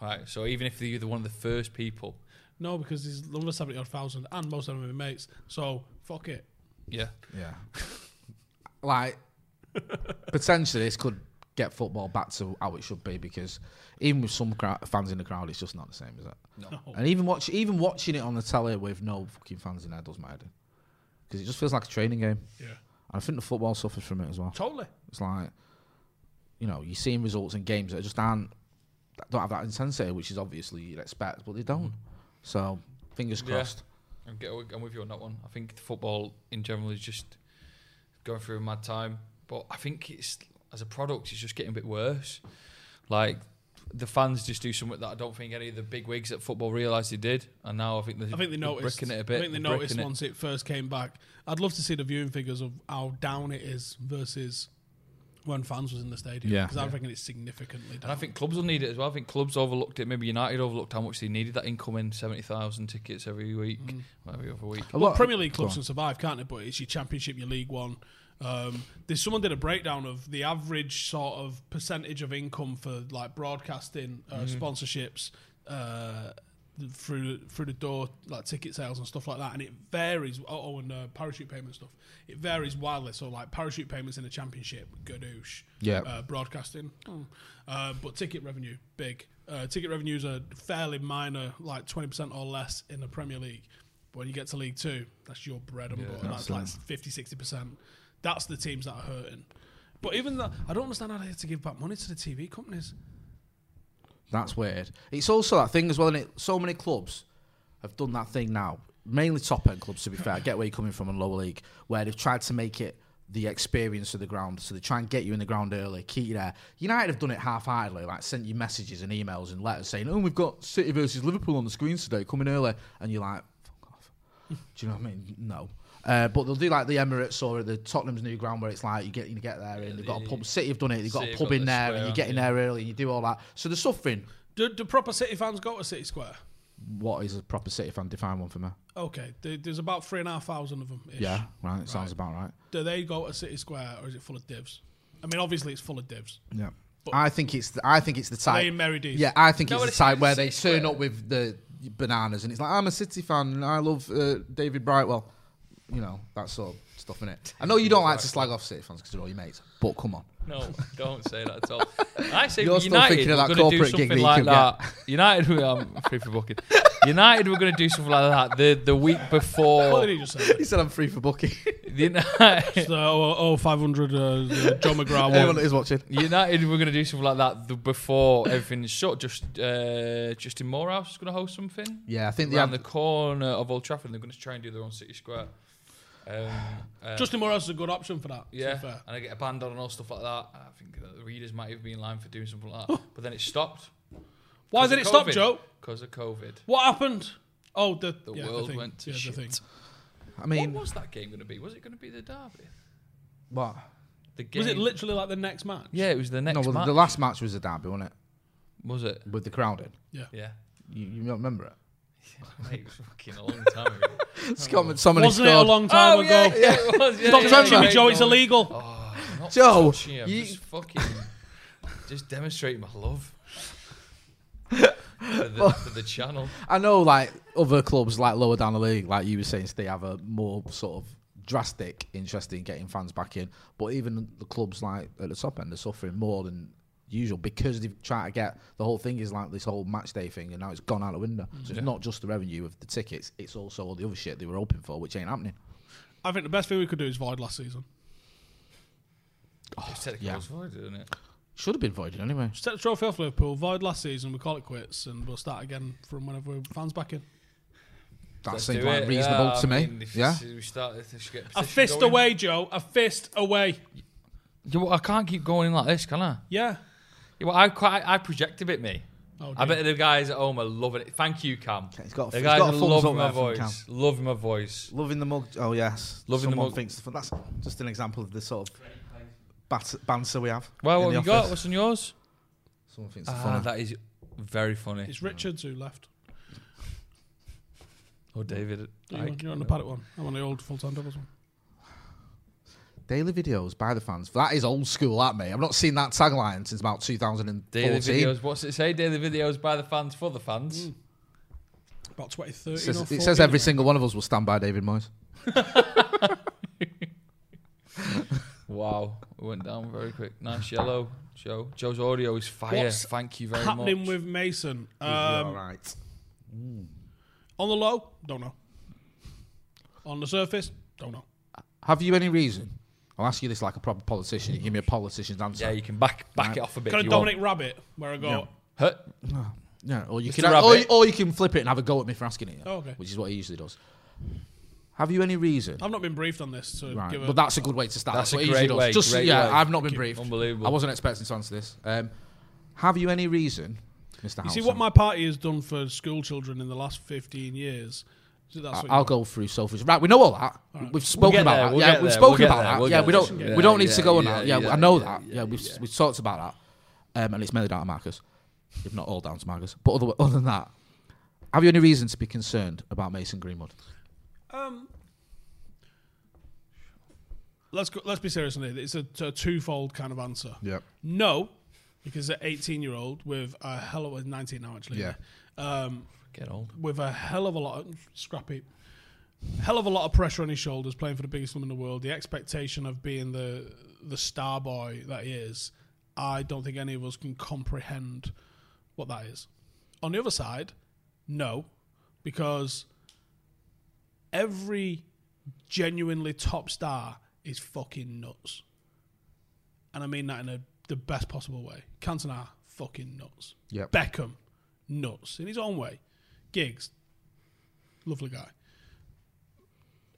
C: Right. So even if you're the one of the first people,
B: no, because there's another seventy odd thousand, and most of them are my mates. So fuck it.
C: yeah.
D: yeah [laughs] like potentially this could get football back to how it should be because even with some crowd, fans in the crowd it's just not the same is it
C: No.
D: and even watch even watching it on the telly with no fucking fans in there does my head because it just feels like a training game
B: Yeah,
D: And I think the football suffers from it as well.
B: totally.
D: It's like, you know, you're seeing results in games that just aren't, that don't have that intensity, which is obviously you'd expect, but they don't. So, fingers
C: Yeah.
D: crossed.
C: I'm, get, I'm with you on that one. I think the football in general is just going through a mad time, but I think it's as a product, it's just getting a bit worse. Like the fans just do something that I don't think any of the big wigs at football realised they did, and now I think they
B: I think they noticed.
C: bricking it a bit.
B: I think they
C: they're
B: noticed
C: bricking it.
B: once it first came back. I'd love to see the viewing figures of how down it is versus when fans was in the stadium.
D: Yeah.
B: because I reckon it's significantly down.
C: And I think clubs will need it as well. I think clubs overlooked it. Maybe United overlooked how much they needed that incoming seventy thousand tickets every week,
D: Mm.
C: well, every other week.
D: A
B: Well,
D: lot-
B: Premier League
D: go
B: clubs
D: on.
B: can survive, can't it? But it's your Championship, your League One. Um, there's someone did a breakdown of the average sort of percentage of income for like broadcasting uh,
D: Mm-hmm.
B: sponsorships uh, through through the door, like ticket sales and stuff like that, and it varies. Oh, oh, and uh, parachute payment stuff, it varies wildly. So like parachute payments in the Championship, gadoosh.
D: Yeah.
B: Uh, broadcasting, Mm. uh, but ticket revenue big. Uh, ticket revenues are fairly minor, like twenty percent or less in the Premier League. But when you get to League Two, that's your bread and butter. That's like 50 60 percent. That's the teams that are hurting. But even that, I don't understand how they have to give back money to the TV companies.
D: That's weird. It's also that thing as well, and it so many clubs have done that thing now, mainly top end clubs. To be fair, I get where you're coming from in lower league, where they've tried to make it the experience of the ground. So they try and get you in the ground early, keep you there. United have done it half-heartedly, like sent you messages and emails and letters saying, "Oh, we've got City versus Liverpool on the screens today. Coming early," and you're like,
C: [laughs]
D: "Fuck off." Do you know what I mean? No. Uh, but they'll do like the Emirates or the Tottenham's new ground where it's like you get you get there and they've got a pub. City have done it. They've got
C: City
D: a
C: have
D: pub
C: got
D: in
C: the
D: there and
C: square,
D: you get in
C: yeah.
D: there early and you do all that. So they're suffering.
B: Do, do proper City fans go to City Square?
D: What is a proper City fan? Define one for me.
B: Okay, there, there's about three and a half thousand of them. -ish.
D: Yeah, right. It sounds about right.
B: Do they go to City Square or is it full of divs? I mean, obviously it's full of divs.
D: Yeah. I think it's the, I think it's the
B: Are
D: type.
B: they in Mary D's?
D: Yeah, I think
C: No,
D: it's the
C: but it's not
D: type where
C: City
D: they turn
C: Square.
D: up with the bananas and it's like I'm a City fan and I love uh, David Brightwell. You know that sort of stuff in it. I know you don't like to slag off City fans because they're all your mates, but come on.
C: No, don't say that at
D: [laughs]
C: all. I say
D: You're still
C: United
D: thinking of that
C: we're going to do
D: corporate
C: something
D: gig that you
C: like
D: could
C: that. United, we- I'm free for booking. United, we're going to do something like that the the week
D: [laughs]
B: What
C: before.
B: did he just say?
D: He said I'm free for [laughs] booking.
C: the United,
B: So, oh, oh, 500, uh, uh,
D: [laughs]
B: John McGraw
D: Anyone
B: one.
D: that is watching.
C: United, we're going to do something like that the, before everything's shut. Just uh, Justin Morehouse is going to host something
D: Yeah, I think they
C: around
D: have.
C: the corner of Old Trafford. They're going to try and do their own City Square. Um, uh,
B: Justin Morales is a good option for that. Yeah.
C: yeah, and I get a band on and all stuff like that. I think that the readers might have been in line for doing something like [laughs] that, but then it stopped.
B: Why did it stop, Joe?
C: Because of COVID.
B: What happened? Oh, the,
C: The
B: yeah,
C: world
B: thing.
C: went to
B: yeah, the
C: shit.
B: thing.
D: I mean,
C: what was that game going to be? Was it going to be the derby?
D: what?
C: The game.
B: Was it literally like the next match?
C: Yeah, it was the next
D: No, well,
C: match.
D: the last match was a derby, wasn't it?
C: was it?
D: With the crowd in.
C: [laughs] Yeah.
D: You, you don't remember it?
C: Mate, it was fucking a long time ago. [laughs]
D: Scott McTominay
B: Wasn't it a
D: scored.
B: long time ago?
C: Oh, yeah, it was. Yeah,
B: Stop
C: yeah,
B: touching me,
C: yeah. Oh.
B: Joe. It's illegal.
C: I'm not
D: Joe,
C: touching you, I'm
D: you-
C: just fucking [laughs] just demonstrating my love for the,
D: [laughs]
C: for the channel.
D: I know, like other clubs, like lower down the league, like you were saying, they have a more sort of drastic interest in getting fans back in. But even the clubs like at the top end are suffering more than usual because they've tried to get the whole thing is like this whole match day thing, and now it's gone out the window. So it's not just the revenue of the tickets; it's also all the other shit they were hoping for, which ain't happening.
B: I think the best thing we could do is void last season.
C: it's technically
D: Oh, yeah.
C: yeah. void, isn't it?
D: Should have been voided anyway.
B: Set the trophy off Liverpool, void last season, we call it quits, and we'll start again from whenever we're fans back in.
D: That
C: Let's
D: seems
C: do
D: like
C: it.
D: reasonable
C: Yeah,
D: to
C: I
D: me.
C: mean, if
D: yeah,
C: We start, if we should get
B: A
C: position
B: fist
C: going.
B: away, Joe. A fist away.
C: Yeah, well, I can't keep going in like this, can I?
B: Yeah.
C: Yeah, well, I quite I project a bit, me.
B: Oh,
C: I
B: dear.
C: bet the guys at home are loving it. Thank you, Cam.
D: he's got a-
C: the
D: he's
C: guys
D: got a
C: are
D: thumbs up
C: loving my
D: there from Cam.
C: voice. Loving my voice.
D: loving the mug. Oh yes,
C: Loving the
D: Someone
C: mug.
D: Thinks the, that's just an example of the sort of bat- banter we have.
C: Well,
D: in
C: what
D: the
C: have you got?
D: office.
C: What's on yours?
D: Someone thinks it's
C: Ah,
D: funny.
C: that is very funny.
B: It's Richards who left.
C: Oh, David.
B: You're,
C: Icke.
B: you're on the paddock one. I'm on the old full time doubles one.
D: Daily videos by the fans. That is old school at me. I've not seen that tagline since about 2014.
C: Daily videos. What's it say? Daily videos by the fans for the
B: Mm.
C: fans.
B: About 2013.
D: It
B: or
D: says,
B: 14,
D: it says every
B: isn't
D: single one of us will stand by David Moyes.
C: Wow, we went down very quick. Nice yellow, Joe. Joe's audio is fire.
B: What's
C: Thank you
B: it?
C: very
B: Happening
C: much.
B: with Mason.
D: all
B: Um,
D: right.
B: on the low, don't know. On the surface, don't know.
D: Have you any reason? I'll ask you this like a proper politician. You give me a politician's answer.
C: yeah, you can back back it off a bit.
B: Got a
C: if you
B: Dominic
C: want.
B: Rabbit where I go.
D: Yeah.
C: Huh?
D: Yeah, or you
C: Mr.
D: can, or,
C: Rabbit.
D: you- or you can flip it and have a go at me for asking it.
B: Oh, okay.
D: Which is what he usually does. Have you any reason?
B: I've not been briefed on this, so
D: Right.
B: give a,
D: But that's a good way to start.
C: That's
D: That's,
C: a
D: what
C: great
D: he usually
C: way,
D: does. Just
C: great
D: yeah,
C: way.
D: I've not been briefed.
C: Unbelievable.
D: I wasn't expecting to answer this. Um, have you any reason, Mr.
B: You
D: Howson?
B: see what my party has done for school children in the last 15 years. So that's what
D: I'll
B: you-
D: go through selfish. Right, we know all that. We've spoken
C: get
D: about
C: there,
D: that.
C: we'll
D: yeah,
C: get
D: we've
C: there,
D: spoken
C: we'll
D: about
C: get
D: that.
C: there, we'll
D: yeah,
C: get
D: we don't.
C: there.
D: we don't need
C: Yeah,
D: to go on
C: yeah,
D: that. Yeah,
C: yeah,
D: I know
C: yeah,
D: that. Yeah,
C: yeah,
D: we've
C: yeah.
D: we've talked about that. Um, and it's mainly down to Marcus, if not all down to Marcus. But other, other than that, have you any reason to be concerned about Mason Greenwood?
B: let's go, let's be serious on it. It's a, a twofold kind of answer.
D: Yeah.
B: No, because an 18 year old with a hell of a 19 now actually.
D: Yeah.
B: Um,
C: Get old.
B: with a hell of a lot of scrappy, hell of a lot of pressure on his shoulders, playing for the biggest club in the world. The expectation of being the the star boy that he is, I don't think any of us can comprehend what that is. On the other side, no, because every genuinely top star is fucking nuts, and I mean that in a, the best possible way. Cantona, fucking nuts.
D: Yep.
B: Beckham, nuts in his own way. Gigs, lovely guy.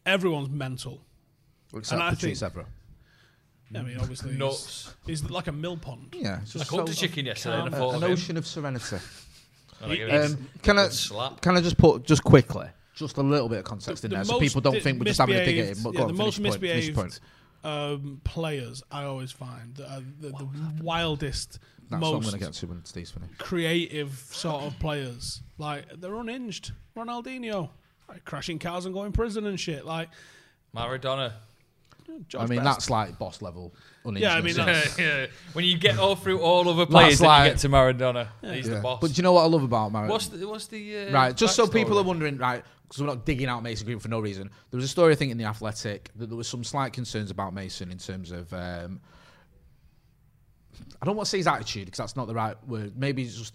B: Everyone's mental.
D: Except
B: And I
D: Patrice
B: think-
D: Evra.
B: I
D: Mm.
B: mean, obviously, he's-
C: Nuts.
B: He's, like a mill pond.
D: Yeah, it's
C: I
D: just
C: cooked
D: so-
C: a chicken yesterday and I
D: a-
C: thought of
D: an
C: him.
D: ocean of serenity.
C: And I gave it
D: Um, can I
C: a slap.
D: can I just put just quickly just a little bit of context in
B: The
D: there so
B: most
D: people don't
B: di-
D: think we're just having a dig at
B: misbehaved-
D: him? But
B: yeah,
D: go on,
B: the
D: finish
B: most
D: your point, finish your
B: misbehaved
D: point.
B: um, players I always find that are the, the wildest,
D: That's what I'm
B: most
D: going to get to when Steve's finished.
B: creative sort of players. Like they're unhinged. Ronaldinho, like, crashing cars and going prison and shit. Like,
C: Maradona.
D: I
B: Josh
D: mean,
B: Best.
D: that's like boss level.
B: Yeah, I mean,
D: unhingedness.
B: that's-
C: [laughs] Yeah. When you get all through all other players, then
D: like-
C: you get to Maradona. He's
D: Yeah.
C: the boss.
D: But do you know what I love about Maradona?
C: what's the, what's the uh,
D: right, just so people
C: backstory?
D: are wondering, right, because we're not digging out Mason Greenwood for no reason. There was a story, I think, in The Athletic that there was some slight concerns about Mason in terms of. Um, I don't want to say his attitude because that's not the right word. Maybe it's just.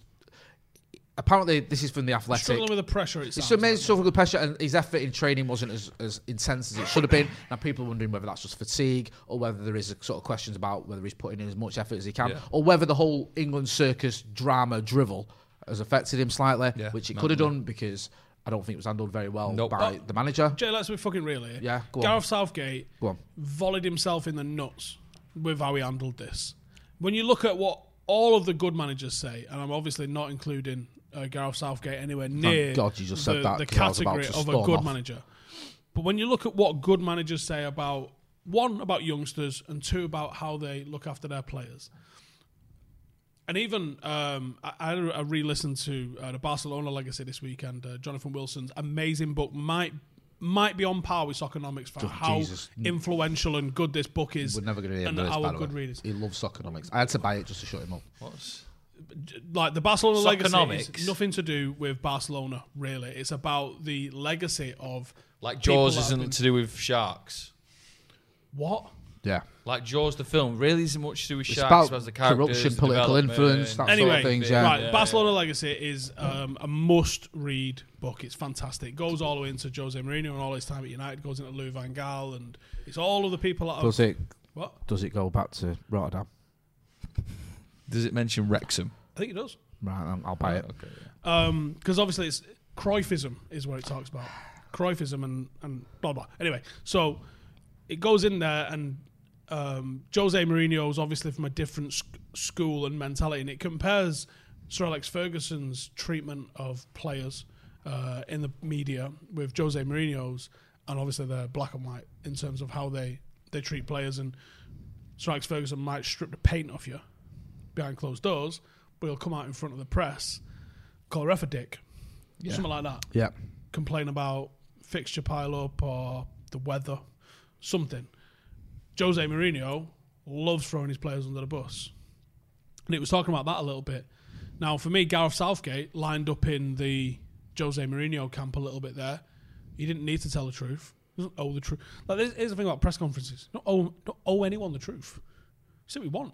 D: Apparently, this is from The Athletic.
B: struggling with the pressure. It
D: It's
B: sounds
D: amazing
B: like.
D: struggle with pressure, and his effort in training wasn't as, as intense as it should have been. Now people are wondering whether that's just fatigue, or whether there is a sort of questions about whether he's putting in as much effort as he can,
C: Yeah.
D: or whether the whole England circus drama drivel has affected him slightly,
C: Yeah,
D: which it
C: no,
D: could have
C: no.
D: done because I don't think it was handled very well
C: Nope.
D: by the manager.
B: Jay, let's be fucking real here.
D: Yeah, go on.
B: Gareth Southgate
D: Go on.
B: volleyed himself in the nuts with how he handled this. When you look at what all of the good managers say, and I'm obviously not including uh, Gareth Southgate anywhere near
D: God you just
B: the,
D: said that,
B: the
D: 'cause I was about
B: category
D: to
B: of a
D: storm
B: good
D: off.
B: manager. But when you look at what good managers say about one about youngsters and two about how they look after their players, and even um, I, I, I re-listened to uh, the Barcelona legacy this weekend. Uh, Jonathan Wilson's amazing book might might be on par with Soconomics for how
D: Oh, Jesus.
B: influential and good this book is.
D: We're never going to hear
B: and
D: this,
B: how
D: by the
B: good
D: way.
B: readers.
D: He loves economics. I had to buy it just to shut him up.
C: What's-
B: Like the Barcelona legacy
C: Soconomics?
B: is nothing to do with Barcelona really. It's about the legacy of
C: Like
B: people
C: Jaws
B: that have
C: isn't
B: been-
C: to do with sharks.
B: what.
D: Yeah,
C: Like Jaws, the film really isn't much to do with
D: it's
C: sharks.
D: about
C: as the characters,
D: corruption,
C: the
D: political
C: development.
D: influence, that sort
B: Anyway,
D: of things. Yeah,
B: right. Barcelona Legacy is um, a must-read book. It's fantastic. Goes all the way into Jose Mourinho and all his time at United. Goes into Lou Van Gaal, and it's all of the people
C: Oh.
B: that.
D: does
B: have,
D: it
B: What?
D: does it go back to Rotterdam?
C: Does it mention Wrexham?
B: I think it does.
D: Right, I'm- I'll buy it.
C: Oh, Okay. yeah.
B: because Um, obviously it's Cruyffism is what it talks about. Cruyffism and, and blah blah. Anyway, so it goes in there, and um, Jose Mourinho is obviously from a different sc- school and mentality, and it compares Sir Alex Ferguson's treatment of players uh, in the media with Jose Mourinho's, and obviously they're black and white in terms of how they they treat players, and Sir Alex Ferguson might strip the paint off you behind closed doors, but he'll come out in front of the press call a ref a dick, something like that.
D: Yeah,
B: Complain about fixture pile up or the weather, something. Jose Mourinho loves throwing his players under the bus, and it was talking about that a little bit. Now, for me, Gareth Southgate lined up in the Jose Mourinho camp a little bit there. He didn't need to tell the truth. He doesn't owe the truth. Like this- here's the thing about press conferences: not owe, not owe anyone the truth. Say what we want.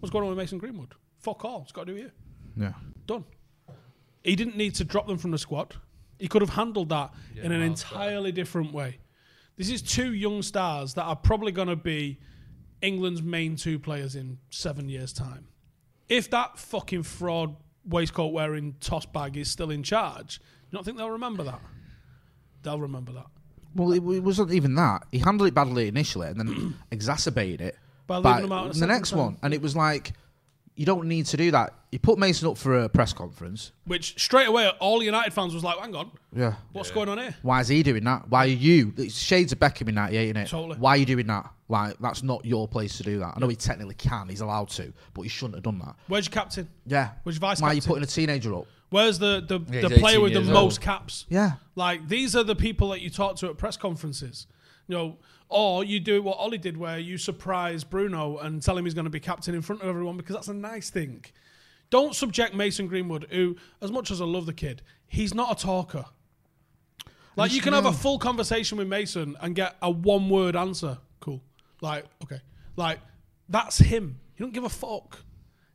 B: What's going on with Mason Greenwood? Fuck all. It's got to do with you
D: yeah.
B: done. He didn't need to drop them from the squad. He could have handled that in an
C: miles better.
B: entirely different way. This is two young stars that are probably going to be England's main two players in seven years' time. If that fucking fraud waistcoat wearing toss bag is still in charge, you don't think they'll remember that? They'll remember that.
D: Well, it, it wasn't even that. He handled it badly initially, and then [clears throat] exacerbated it
B: By leaving him out at
D: the
B: second
D: next
B: time.
D: one. And it was like, you don't need to do that. You put Mason up for a press conference.
B: Which straight away, all United fans was like, hang on,
D: Yeah.
B: what's going on here?
D: Why is he doing that? Why are you? It's shades of Beckham in '98, innit?
B: Totally.
D: Why are you doing that? Like, that's not your place to do that. I know he technically can. He's allowed to, but he shouldn't have done that.
B: Where's your captain?
D: Yeah.
B: Which vice
D: Why are you
B: captain?
D: putting a teenager up?
B: Where's the, the,
C: Yeah,
B: the
C: he's
B: player
C: 18
B: with the
C: years
B: most
C: old.
B: caps?
D: Yeah.
B: Like these are the people that you talk to at press conferences. You know, or you do what Ollie did where you surprise Bruno and tell him he's going to be captain in front of everyone because that's a nice thing. Don't subject Mason Greenwood, who, as much as I love the kid, he's not a talker. Like you can have a full conversation with Mason and get a one word answer. Cool. Like, okay. Like, that's him. You don't give a fuck.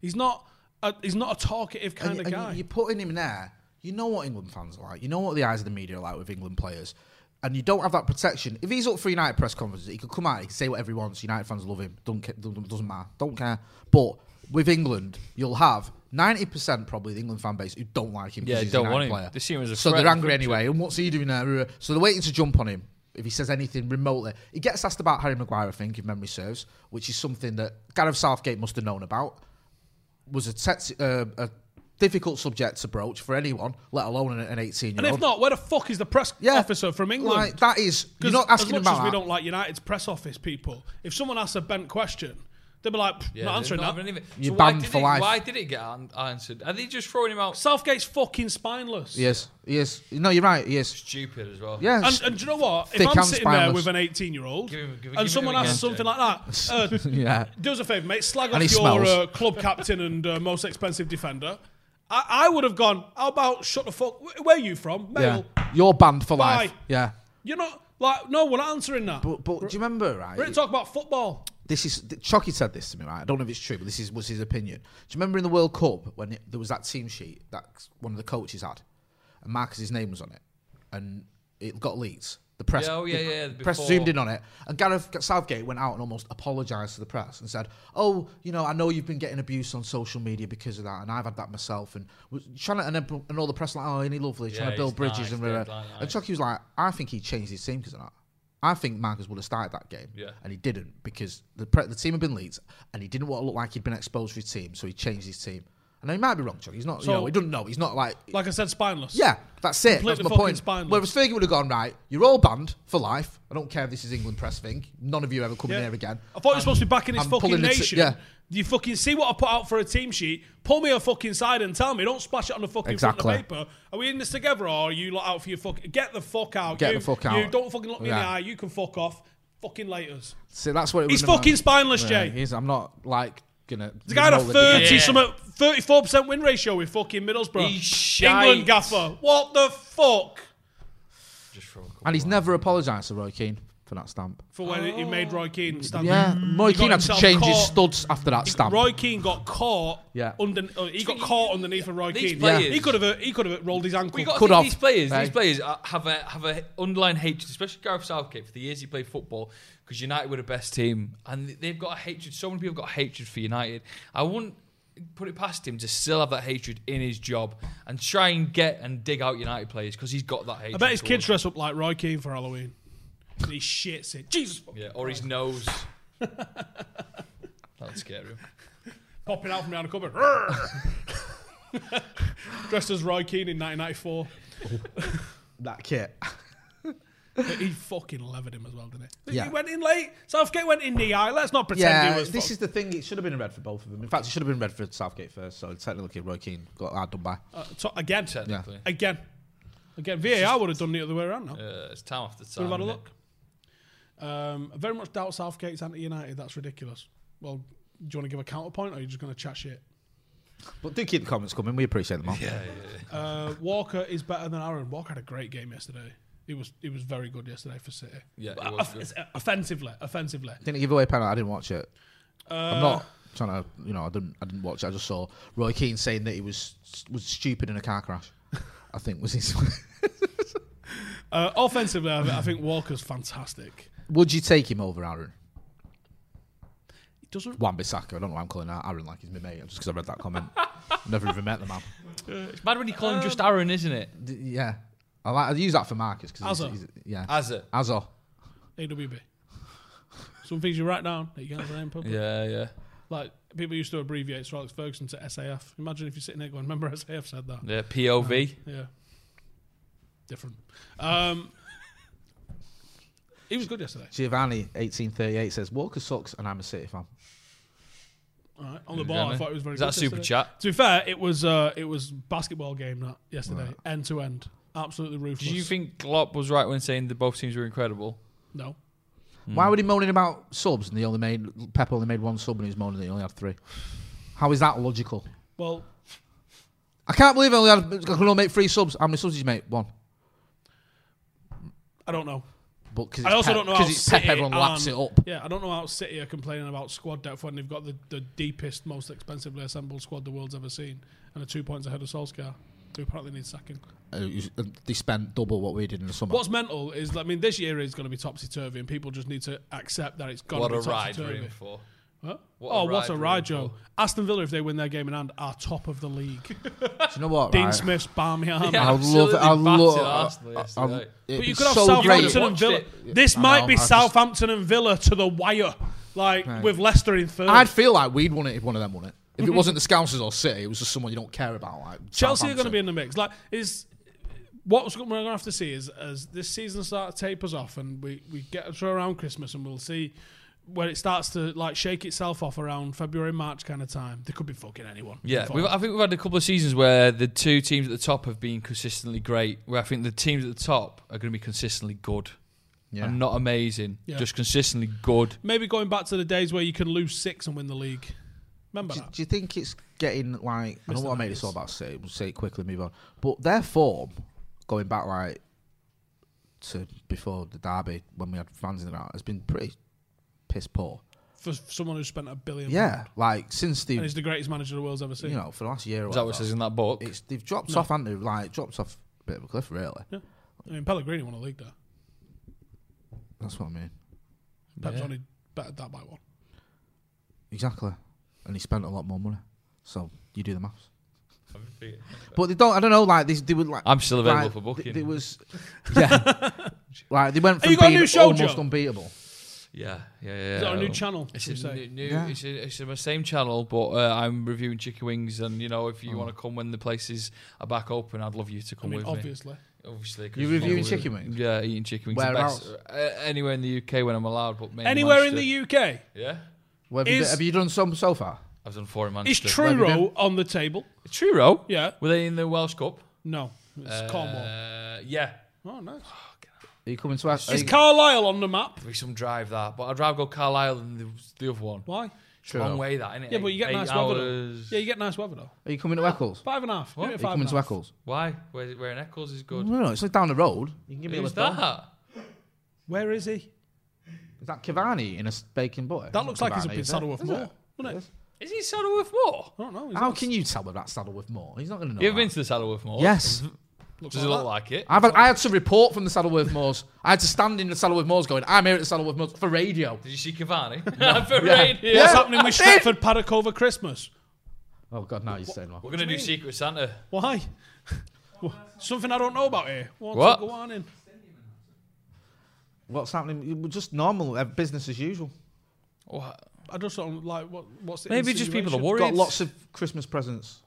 B: He's not a, he's not a talkative kind
D: and,
B: of
D: and
B: guy.
D: You're putting him there. You know what England fans are like. You know what the eyes of the media are like with England players. And you don't have that protection. If he's up for United press conferences, he could come out, he can say whatever he wants. United fans love him. Don't care, doesn't matter. Don't care. But with England, you'll have 90% probably of the England fan base who don't like him. 'cause
C: Yeah,
D: he's a
C: don't
D: United
C: want him.
D: Player.
C: They see him as a
D: So
C: threat.
D: they're angry anyway. And what's he doing there? So they're waiting to jump on him. if he says anything remotely. He gets asked about Harry Maguire, I think, if memory serves, which is something that Gareth Southgate must have known about. Was a, te- uh, a difficult subject to broach for anyone, let alone an- an 18
B: And
D: year
B: if
D: old.
B: not, where the fuck is the press officer from England?
D: Like, that is, you're
B: 'Cause
D: not asking
B: as much
D: about
B: as we
D: that.
B: don't like United's press office people, if someone asks a bent question, they'll be like, "Pff,
C: Yeah,
B: not
C: they're
B: answering that.
C: having anything.
D: You're
C: why
D: banned
C: did
D: for
C: it,
D: life.
C: Why did it get an- answered? Are they just throwing him out?
B: Southgate's fucking spineless.
D: Yes, yes. No, you're right. Yes,
C: Stupid as well.
D: yes.
B: And, and do you know what? If
D: Thick
B: I'm
D: and
B: sitting there
D: spineless.
B: with an 18 year old
C: Give him- give- give him
B: and someone
C: it
B: asks
C: again,
B: something
C: Jay.
B: like that,
D: [laughs]
B: uh,
D: yeah.
B: do us a favour, mate, slag
D: And
B: off
D: he
B: your
D: smells.
B: uh, club captain and uh, most expensive defender. I, I would have gone, how about shut the fuck, wh- where are you from?
D: yeah.
B: Male.
D: You're banned for life.
B: Bye.
D: Yeah.
B: You're not, like, no, we're not answering that.
D: But, but do you remember, right?
B: We're here to talk about football.
D: this is th- Chucky said this to me, right? I don't know if it's true, but this is was his opinion. Do you remember in the World Cup when it, there was that team sheet that one of the coaches had, and Marcus's name was on it, and it got leaked. The press,
C: Yeah, oh, yeah,
D: the
C: yeah,
D: press
C: before.
D: zoomed in on it, and Gareth Southgate went out and almost apologised to the press and said, "Oh, you know, I know you've been getting abuse on social media because of that, and I've had that myself." And was trying to and, then- and all the press like, "Oh, ain't he lovely?" Trying
C: Yeah,
D: to build
C: he's
D: bridges
C: nice,
D: and,
C: yeah,
D: blah, blah.
C: like,
D: and
C: nice.
D: Chucky was like, "I think he changed his team because of that." I think Marcus would have started that game,
C: Yeah.
D: and he didn't because the pre- the team had been leaked, and he didn't want to look like he'd been exposed for his team, so he changed his team. And he might be wrong, Chuck. He's not.
B: So-
D: you know, he doesn't know. He's not like.
B: Like I said, spineless.
D: yeah, that's it. That's
B: Completely
D: my
B: fucking
D: point.
B: spineless.
D: Whereas Fergie would have gone right. You're all banned for life. I don't care if this is England press thing. None of you ever coming
B: Yeah.
D: here again.
B: I thought you were supposed to be backing his
D: I'm
B: fucking
D: pulling the t-
B: nation.
D: yeah.
B: Do you fucking see what I put out for a team sheet? Pull me a fucking side and tell me. Don't splash it on the fucking front of the
D: Exactly.
B: paper. Are we in this together or are you lot out for your fucking. Get the fuck out.
D: Get
B: you,
D: the fuck
B: You
D: out.
B: don't fucking look me in the
D: Yeah.
B: eye. You can fuck off. Fucking laters.
D: See, that's what it
B: He's
D: would've been
B: fucking
D: like.
B: spineless,
D: Yeah,
B: Jay.
D: he is. I'm not like gonna.
B: The guy had a
D: roll with it.
B: 30
C: Yeah.
B: something, 34% win ratio with fucking Middlesbrough.
C: He's shite.
B: England gaffer. What the fuck?
C: Just throw a couple
D: and he's
C: out.
D: never apologised to Roy Keane for that stamp.
B: For when he made Roy Keane stand
D: Yeah, Roy
B: got
D: Keane had to
B: himself
D: change his
B: caught.
D: studs after that stamp.
B: Roy Keane got caught.
D: Yeah.
B: Under, uh, he got
C: Think he-
B: caught underneath of Roy
C: These
B: Keane.
C: players-
B: He could have. He could have rolled his ankle.
C: We got
D: Could
C: to think
D: have.
C: these players.
D: Aye.
C: These players uh, have a have a underlying hatred, especially Gareth Southgate for the years he played football. Because United were the best team, and they've got a hatred. So many people got hatred for United. I wouldn't put it past him to still have that hatred in his job and try and get and dig out United players because he's got that hatred.
B: I bet his kids
C: towards-
B: dress up like Roy Keane for Halloween. And he shits it. Jesus, fuck.
C: yeah, or his
B: [laughs]
C: nose. That'd scare him.
B: popping out from around the cupboard. Rrrr. [laughs] Dressed as Roy Keane in 1994.
D: that kit.
B: He fucking levered him as well, didn't he?
D: Yeah.
B: He went in late. Southgate went in the eye. Let's not pretend
D: Yeah,
B: he was.
D: this
B: fuck-
D: is the thing. It should have been red for both of them. In fact, it should have been red for Southgate first. So technically, Roy Keane got hard done by.
B: uh, so- again.
C: Technically,
B: Again. Again. VAR would have done the other way around now.
C: uh, it's time after
B: We've
C: time.
B: had a
C: innit?
B: look. Um, I very much doubt Southgate's anti-United. That's ridiculous. Well, do you want to give a counterpoint, or are you just going to chat shit?
D: But do keep the comments coming. We appreciate them all.
C: Yeah, yeah, yeah.
B: Uh, Walker is better than Aaron. Walker had a great game yesterday. He was he was very good yesterday for City.
C: Yeah, he
B: Uh,
C: was
B: off-
C: good.
B: it's, uh, [laughs] offensively, offensively.
D: Didn't give away a penalty. I didn't watch it. I'm
B: Uh,
D: not trying to. You know, I didn't. I didn't watch. it. I just saw Roy Keane saying that he was was stupid in a car crash. I think was his. [laughs]
B: Uh, offensively, I, I think Walker's fantastic.
D: Would you take him over Aaron
B: He doesn't.
D: Wan-Bissaka? I don't know why I'm calling out Aaron like he's my mate. Just because I read that
B: [laughs]
D: comment. Never even met the man.
C: It's mad when you call him
B: Um,
C: just Aaron, isn't it?
D: D- yeah, I like. I use that for Marcus because
B: Hazard.
D: he's, he's, yeah.
C: Hazard.
D: Azor.
B: AWB. Some things you write down that you can't say in public.
C: Yeah, yeah,
B: Like people used to abbreviate Sir Alex Ferguson to SAF. Imagine if you're sitting there going, "Remember SAF said that."
C: yeah. POV.
B: Yeah. Different. Um, he was good yesterday.
D: Giovanni, eighteen thirty-eight says Walker sucks, and I'm a City fan.
B: All right. On the ball, I
C: Gianni.
B: thought it was very
C: Is
B: good.
C: that super
B: yesterday.
C: chat?
B: To be fair, it was uh, it was basketball game that yesterday, end to end. Absolutely ruthless.
C: Do you think Klopp was right when saying that both teams were incredible?
B: No.
D: Why were he moaning about subs and they only made Pep only made one sub and he was moaning that he only had three? How is that logical?
B: Well,
D: I can't believe I only had I could only make three subs. How many subs did you make? One.
B: I don't know.
D: But cause
B: I
D: it's
B: also
D: Pep-
B: don't know how
D: because it's Pep,
B: City
D: everyone laps it
B: aren't-
D: up.
B: Yeah, I don't know how City are complaining about squad depth when they've got the, the deepest, most expensively assembled squad the world's ever seen, and are two points ahead of Solskjaer, who apparently needs sacking.
D: Uh, it was- uh, they spent double what we did in the summer.
B: What's mental is, I mean, this year is going to be topsy turvy, and people just need to accept that it's going
C: what
B: to
C: a
B: be topsy
C: ride we're
B: turvy.
C: in for.
B: What?
C: What a
B: oh, what
C: ride
B: a
C: for
B: ride,
C: Liverpool.
B: Joe. Aston Villa, if they win their game in hand, are top of the league.
D: Do you know what?
B: Dean
D: right?
B: Smith's balmy arm.
C: Yeah.
D: I love it. I
C: Absolutely
D: love
C: battered Arsenal yesterday.
D: it'd
B: But
D: be
B: you could have
D: so
B: Southampton
D: great.
B: and
C: Watched
B: Villa.
C: it.
B: This
D: I
B: might
D: know,
B: be
D: I just-
B: Southampton and Villa to the wire, like with Leicester in third.
D: I'd feel like we'd won it if one of them won it. If it wasn't the Scousers or City, it was just someone you don't care about. Like
B: Mm-hmm. Chelsea are going to
D: Southampton.
B: be in the mix. Like, is what we're going to have to see is as this season starts to tapers off, and we we get to around Christmas, and we'll see when it starts to like shake itself off around February, March kind of time. There could be fucking anyone.
C: Yeah,
B: Fuck.
C: we've, I think we've had a couple of seasons where the two teams at the top have been consistently great. Where I think the teams at the top are going to be consistently good
D: Yeah.
C: and not amazing,
B: Yeah.
C: just consistently good.
B: maybe going back to the days where you can lose six and win the league. Remember
D: do,
B: that?
D: do you think it's getting like I don't
B: Mr.
D: want to make
B: Magnus.
D: this all about City. We'll say it quickly, move on. But their form going back like to before the derby when we had fans in the ground has been pretty piss poor.
B: For for someone who spent a billion,
D: Yeah, like since the
B: and is the greatest manager the world's ever seen.
D: you know for the last year or
C: Is that what it
D: whatever,
C: says in that book?
D: it's they've dropped off, haven't they? Like dropped off a bit of a cliff, really.
B: Yeah. I mean, Pellegrini won a league there.
D: That's what I mean.
B: Pep's
C: Yeah.
B: only bettered that by one.
D: Exactly, and he spent a lot more money. So you do the maths. But they don't. I don't know. Like they, they would like.
C: I'm still available
D: like,
C: for booking.
D: th-
B: [laughs]
D: They, was, yeah. like they went from
B: you got a
D: being
B: new show,
D: almost
B: Joe?
D: unbeatable.
C: yeah, yeah, yeah.
B: Is that a new
C: Um,
B: channel?
C: It's
B: you
C: a
B: say?
C: new, new-
D: Yeah.
C: it's, a, it's on my same channel, but uh, I'm reviewing chicken wings, and you know, if you want to come when the places are back open, I'd love you to
B: I
C: come
B: mean,
C: with me.
B: obviously.
C: Obviously, 'cause
D: You're
C: it's
D: reviewing
C: not-
D: chicken wings?
C: Yeah, eating chicken wings.
D: Where
C: The best-
D: else?
C: uh, anywhere in the UK when I'm allowed, but mainly
B: Anywhere in
C: Manchester.
B: the UK.
C: yeah.
D: Where have, you,
B: Is-
D: done- have you done some so far?
C: I've done four in
B: Is
C: Manchester.
B: Truro on the table?
C: Truro?
B: Yeah.
C: Were they in the Welsh Cup?
B: No, it's Cornwall.
C: Uh, yeah.
B: Oh, nice.
D: Are you coming to us?
B: Is Carlisle on the map?
C: There'll be some drive that, but I'd rather go Carlisle than the, the other one.
B: Why?
C: It's a long way that, innit?
B: Yeah, but you get
C: Eight
B: nice weather. Though.
C: hours.
B: Yeah, you get nice weather though.
D: Are you coming to Eccles? Are
B: Five and a half.
D: you
B: Give me a five
D: coming
B: and
D: to
B: a half.
D: Eccles?
C: Why? Where, where in Eccles is good.
D: No, no, it's like down the road. You can give
C: Who's that?
B: Where is he?
D: Is that Cavani in a s- baking butter?
B: That looks like he's up in
D: Cavani, is it?
B: Saddleworth
D: Is
B: Moor.
D: it?
B: Doesn't it?
C: Is he Saddleworth Moor?
B: I don't know. He's
D: How
B: not-
D: can you tell whether that's Saddleworth Moor? He's not going to know.
C: You ever
D: that.
C: been to the Saddleworth Moor?
D: Yes.
B: Looks
C: Does it
B: like
C: look
B: that.
C: like it?
D: I've had, I had to report from the Saddleworth Moors. I had to stand in the Saddleworth Moors going, I'm here at the Saddleworth Moors for radio.
C: Did you see Cavani? [laughs] For radio.
B: What's
C: [laughs]
B: happening with Stratford Paddock over Christmas?
D: Oh, God, now you're saying that.
C: We're going to do Secret Santa.
B: Why? [laughs] Something I don't know about here. What's
C: What?
B: Go on in.
D: What's happening? We're Just normal, uh, business as usual.
C: What?
B: I just don't like what. What's the
C: Maybe just people are
B: insinuation?
C: worried.
D: Got lots of Christmas presents.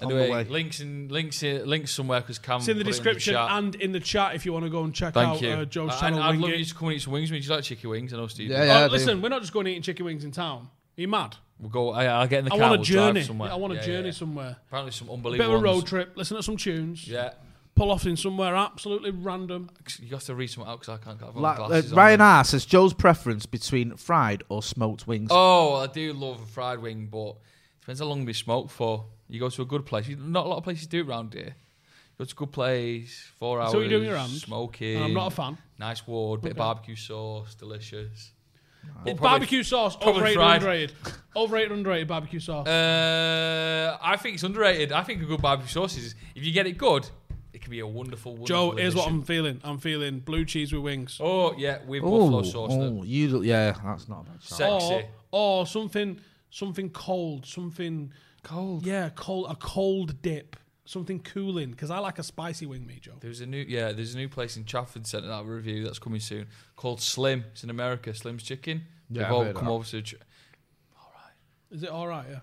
D: on the
C: Anyway,
D: way.
C: links in links here, links somewhere because Cam.
B: It's in the
C: put it
B: description
C: chat.
B: and in the chat if you want to go and check
C: Thank
B: out
C: you.
B: Uh, Joe's
C: I-
B: channel.
C: I'd
B: Wing
C: love
B: It.
C: you to come and eat some wings. with me. Do you like chicken wings? I know Steve.
D: Yeah,
C: does.
D: yeah. I
B: oh,
D: do.
B: listen, we're not just going eating chicken wings in town. Are you mad?
C: We'll go. I, I'll get in the
B: I
C: car.
B: want a
C: we'll
B: journey.
C: Drive somewhere.
B: I want a
C: Yeah, yeah,
B: journey
C: yeah.
B: somewhere.
C: Apparently, some
B: A
C: unbelievable.
B: bit of a road
C: ones.
B: trip. Listen to some tunes.
C: Yeah,
B: Pull off in somewhere absolutely random.
C: you have to read some out because I can't get I've got
D: La- uh,
C: glasses on.
D: Ryan R says Joe's preference between fried or smoked wings.
C: Oh, I do love a fried wing, but depends how long they smoke for. You go to a good place. You- Not a lot of places do it round here. go to a good place, four hours.
B: So you're doing your round,
C: Smoking.
B: And I'm not a fan.
C: Nice ward, bit
B: Okay.
C: of barbecue sauce, delicious. But probably-
B: barbecue sauce,
C: probably
B: overrated,
C: fried.
B: underrated. Overrated, underrated barbecue sauce.
C: Uh, I think it's underrated. I think a good barbecue sauce is if you get it good, it can be a wonderful. wonderful
B: Joe, here's what
C: addition.
B: I'm feeling. I'm feeling blue cheese with wings.
C: Oh yeah, with buffalo
D: Ooh,
C: sauce. then.
D: ooh, you do- yeah, that's not a bad. Shout.
C: Oh, Sexy.
B: Or, or something something cold, something
C: Cold.
B: yeah, cold a cold dip. Something cooling. Because I like a spicy wing meat, Joe.
C: There's a new yeah, there's a new place in Trafford sent out a review that's coming soon called Slim. It's in America, Slim's Chicken.
D: Yeah,
C: They've
D: I've
C: all
D: heard of
C: come
D: that.
C: over to tr-
B: Is it alright, yeah?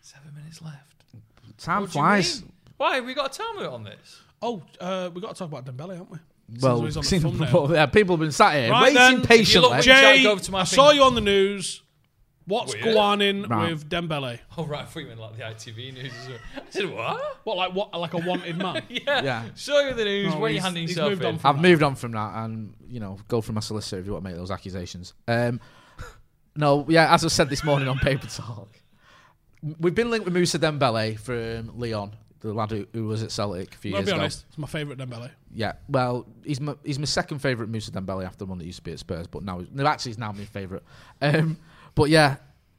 C: seven minutes left.
D: Time
C: What do you
D: flies.
C: mean? Why? We got a time limit on this.
B: Oh, uh, we got to talk about Dembele, haven't we? Since
D: Well,
B: he's on the
D: seen [laughs]
B: thumbnail.
D: before- yeah, people have been sat here
B: Right
D: waiting
B: then, if
C: you look
D: patiently.
C: Jay, Shall I
B: Jay,
C: go over to my
B: I
C: thing?
B: saw you on the news. What's
C: Weird.
B: going on in
D: Right.
B: with Dembele?
C: Oh right, I thought you meant like the ITV news. or something. I said what? [laughs]
B: What like what like a wanted man?
C: Yeah.
D: Yeah.
C: Show you the news
B: No,
C: when you're
B: he's-
C: handing
B: he's
C: yourself
B: moved
C: in.
B: on from-
D: I've moved on from that, and you know, go for my solicitor if you want to make those accusations. Um, [laughs] no, yeah, as I said this morning on [laughs] Paper Talk, we've been linked with Moussa Dembele from Leon, the lad who, who was at Celtic a few
B: I'll
D: years
B: be
D: ago.
B: honest, it's my favourite Dembele.
D: Yeah, well, he's my, he's my second favourite Musa Dembele after the one that used to be at Spurs, but now he's, no, actually he's now my favourite. Um, but yeah,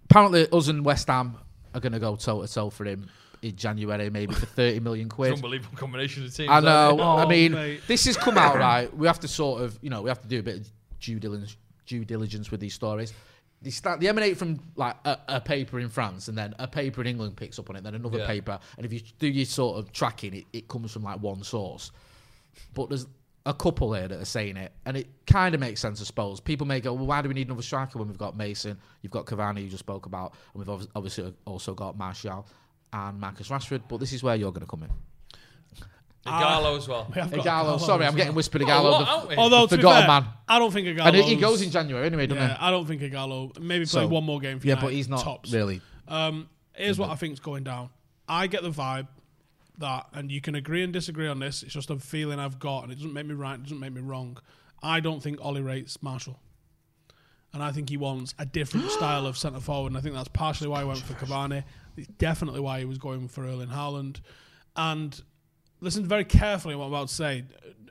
D: apparently us and West Ham are going to go toe to toe for him in January, maybe for thirty million
C: It's an
D: quid.
C: unbelievable combination of teams.
D: I know.
C: isn't it?
D: uh,
C: Oh,
D: I mean,
B: mate.
D: this has come out right. We have to sort of, you know, we have to do a bit of due diligence, due diligence with these stories. They, start, they emanate from like a, a paper in France, and then a paper in England picks up on it, then another
C: Yeah.
D: paper, and if you do your sort of tracking, it, it comes from like one source. But there's a couple here that are saying it, and it kind of makes sense, I suppose. People may go, well, why do we need another striker when we've got Mason, you've got Cavani, you just spoke about, and we've obvi- obviously also got Martial and Marcus Rashford. But this is where you're going to come in.
C: Igalo as well.
B: We have got
D: Igalo,
B: Igalo
D: sorry,
B: as well.
D: I'm
B: [laughs]
D: getting whispered
C: Oh,
D: Igalo.
C: what,
D: the-
C: aren't we?
B: Although to be
D: Forgotten
B: fair,
D: man.
B: I don't think Igalo.
D: and he goes in January anyway, doesn't
B: Yeah,
D: he?
B: I don't think Igalo. Maybe play
D: So-
B: one more game. For
D: Yeah,
B: United,
D: but he's not
B: tops.
D: really.
B: Um, here's what I think's going down. I get the vibe that, and you can agree and disagree on this. It's just a feeling I've got, and it doesn't make me right. It doesn't make me wrong. I don't think Ollie rates Marshall, and I think he wants a different style of centre forward. And I think that's partially why he went for Cavani. It's definitely why he was going for Erling Haaland. And listen very carefully what I'm about to say.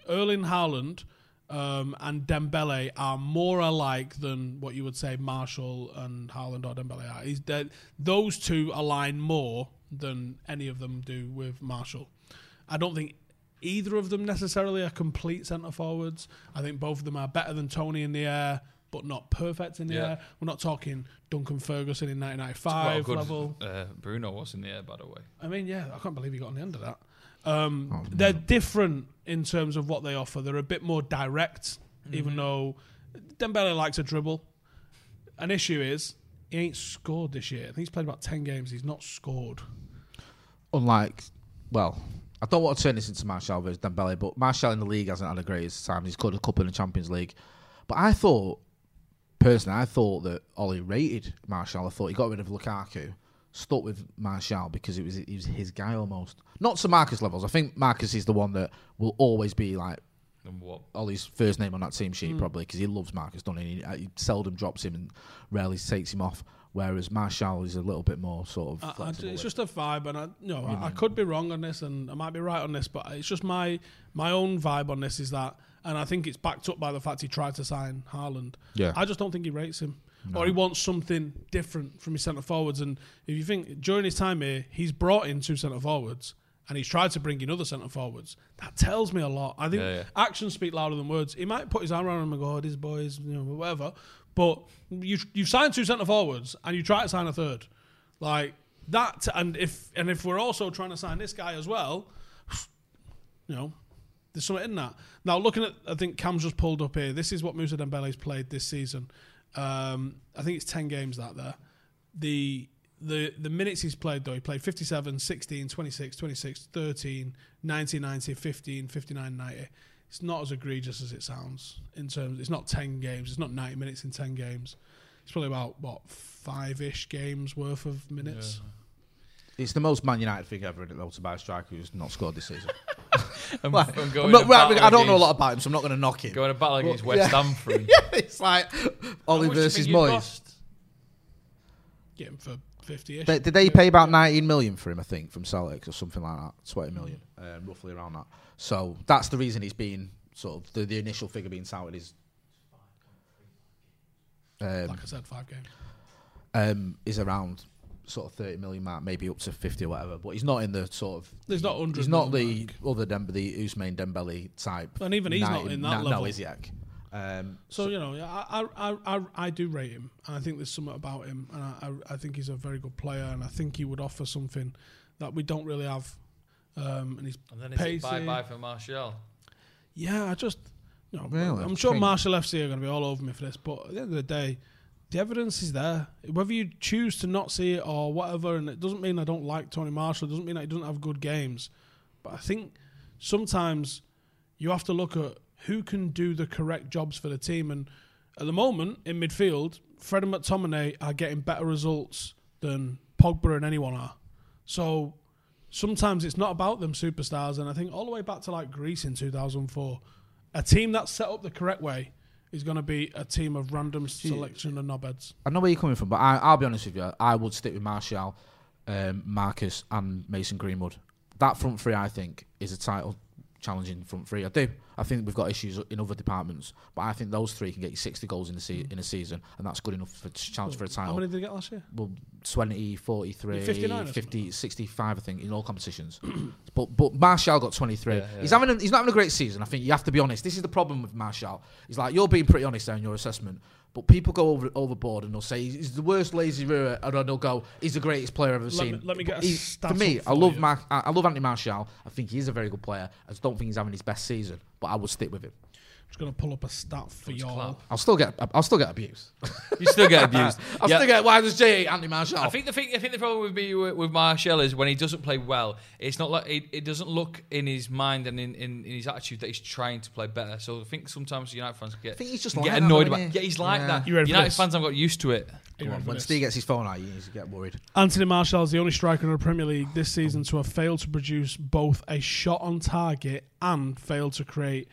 B: Erling Haaland um, and Dembele are more alike than what you would say Marshall and Haaland or Dembele are. He's dead. Those two align more than any of them do with Marshall. I don't think either of them necessarily are complete centre forwards. I think both of them are better than Tony in the air, but not perfect in the
C: Yeah.
B: air. We're not talking Duncan Ferguson in
C: What a
B: 1995 level.
C: Uh, Bruno was in the air, by the way.
B: I mean, yeah, I can't believe he got on the end of that. Um, they're different in terms of what they offer. They're a bit more direct, even though Dembele likes a dribble. An issue is he ain't scored this year. I think he's played about ten games. He's not scored.
D: Unlike, well, I don't want to turn this into Martial versus Dembele, but Martial in the league hasn't had the greatest time. He's caught a couple in the Champions League. But I thought, personally, I thought that Ollie rated Martial. I thought he got rid of Lukaku, stuck with Martial because it was he was his guy almost. Not to Marcus levels. I think Marcus is the one that will always be like
C: Number
D: [laughs]
C: one.
D: Ollie's first name on that team
C: Hmm.
D: sheet probably because he loves Marcus Dunn. He, uh, he seldom drops him and rarely takes him off. Whereas Marshall is a little bit more sort of.
B: I- I-
D: flexible
B: it's
D: with-
B: just a vibe, and I no, I, I could be wrong on this, and I might be right on this, but it's just my my own vibe on this is that, and I think it's backed up by the fact he tried to sign Haaland.
D: Yeah.
B: I just don't think he rates him, or he wants something different from his centre forwards. And if you think during his time here, he's brought in two centre forwards. And he's tried to bring in other centre forwards. That tells me a lot. I think
C: Yeah, yeah.
B: actions speak louder than words. He might put his arm around him and go, oh, these boys, you know, whatever. But you, you've signed two centre forwards and you try to sign a third. Like that, and if and if we're also trying to sign this guy as well, you know, there's something in that. Now, looking at, I think Cam's just pulled up here. This is what Musa Dembele's played this season. Um, I think it's 10 games that there. The, the, the minutes he's played, though, he played 57, 16, 26, 26, 13, 19, 90, 15, 59, 90. It's not as egregious as it sounds in terms, it's not 10 games, it's not 90 minutes in 10 games. It's probably about, what, five ish games worth of minutes?
D: It's the most Man United thing ever, isn't it, though, to buy a striker who's not scored
C: [laughs]
D: this season.
C: I'm,
D: Like,
C: I'm
D: I'm
C: going
D: not-
C: to
D: right,
C: battle
D: I don't know a
C: against-
D: lot about him, so I'm not going to knock him.
C: Going to battle against
D: Well,
C: West
D: yeah.
C: Ham for him.
D: [laughs] it's like Ollie
C: How much do you
D: versus
C: think you'd
D: Moyes.
C: cost?
B: Get him for 50 ish.
D: They, did they pay about 19 million for him, I think, from Celtics or something like that? 20 million,
C: Hmm.
D: uh, roughly around that. So that's the reason he's been sort of the, the initial figure being touted is. Um,
B: Like I said, five games.
D: um, is around sort of 30 million mark, maybe up to 50 or whatever. But he's not in the sort of.
B: He's not 100
D: He's not
B: million
D: the other Dembe, the Usman Dembele type.
B: And even he's not in that
D: no,
B: level.
D: No, he's Yak. Um,
B: So, you know, I, I, I, I- I do rate him, and I think there's something about him, and I, I, I think he's a very good player, and I think he would offer something that we don't really have. Um, and he's
C: And then is it
B: pacey.
C: bye bye for Martial?
B: Yeah, I just, you know,
D: Really?
B: I'm sure
D: Think-
B: Marshall FC are going to be all over me for this, but at the end of the day, the evidence is there. Whether you choose to not see it or whatever, and it doesn't mean I don't like Tony Marshall, it doesn't mean that he doesn't have good games, but I think sometimes you have to look at who can do the correct jobs for the team. And at the moment in midfield, Fred and McTominay are getting better results than Pogba and anyone are. So sometimes it's not about them superstars. And I think all the way back to like Greece in 2004, a team that's set up the correct way is going to be a team of random selection and knobheads.
D: I know where you're coming from, but I, I'll be honest with you. I would stick with Martial, um, Marcus, and Mason Greenwood. That front three, I think, is a title challenging front three. I do. I think we've got issues in other departments, but I think those three can get you 60 goals in a, se- in a season, and that's good enough for chance for a
B: How
D: title.
B: many did they get last year?
D: well, 20, 43,
B: 59 or
D: 50, 65, I think, in all competitions. [coughs] but but Martial got 23.
C: Yeah, yeah.
D: He's having a, he's not having a great season. I think you have to be honest. This is the problem with Martial. He's like, you're being pretty honest there in your assessment. But people go over, overboard and they'll say he's the worst lazy river, and they'll go, he's the greatest player I've ever
B: Let me-
D: seen.
B: let me get
D: But
B: a
D: he-
B: stat
D: For me,
B: up
D: I
B: for
D: love
B: you.
D: Mar- I I love Anthony Martial. I think he is a very good player. I just don't think he's having his best season, but I would stick with him.
B: Just gonna pull up a stat for
C: It's
B: y'all.
C: clap.
D: I'll still get I'll still get abused.
C: You still get [laughs] abused.
D: [laughs] I'll
C: Yeah.
D: still get why does Jay hate Anthony Martial?
C: I think the thing, I think the problem with me with, with Martial is when he doesn't play well. It's not like it, it doesn't look in his mind and in, in, in his attitude that he's trying to play better. So I think sometimes United fans get,
D: I think he's just
C: can
D: like
C: get
D: that,
C: annoyed
D: though,
C: about.
D: isn't he?
C: Yeah, he's like
D: Yeah.
C: that.
B: You ready for
C: United
B: this?
C: fans have got used to it.
B: Are you
D: Come on,
B: ready for
D: when
B: this?
D: Steve gets his phone out, you need to get worried.
B: Anthony Martial is the only striker in the Premier League this season to have failed to produce both a shot on target and failed to create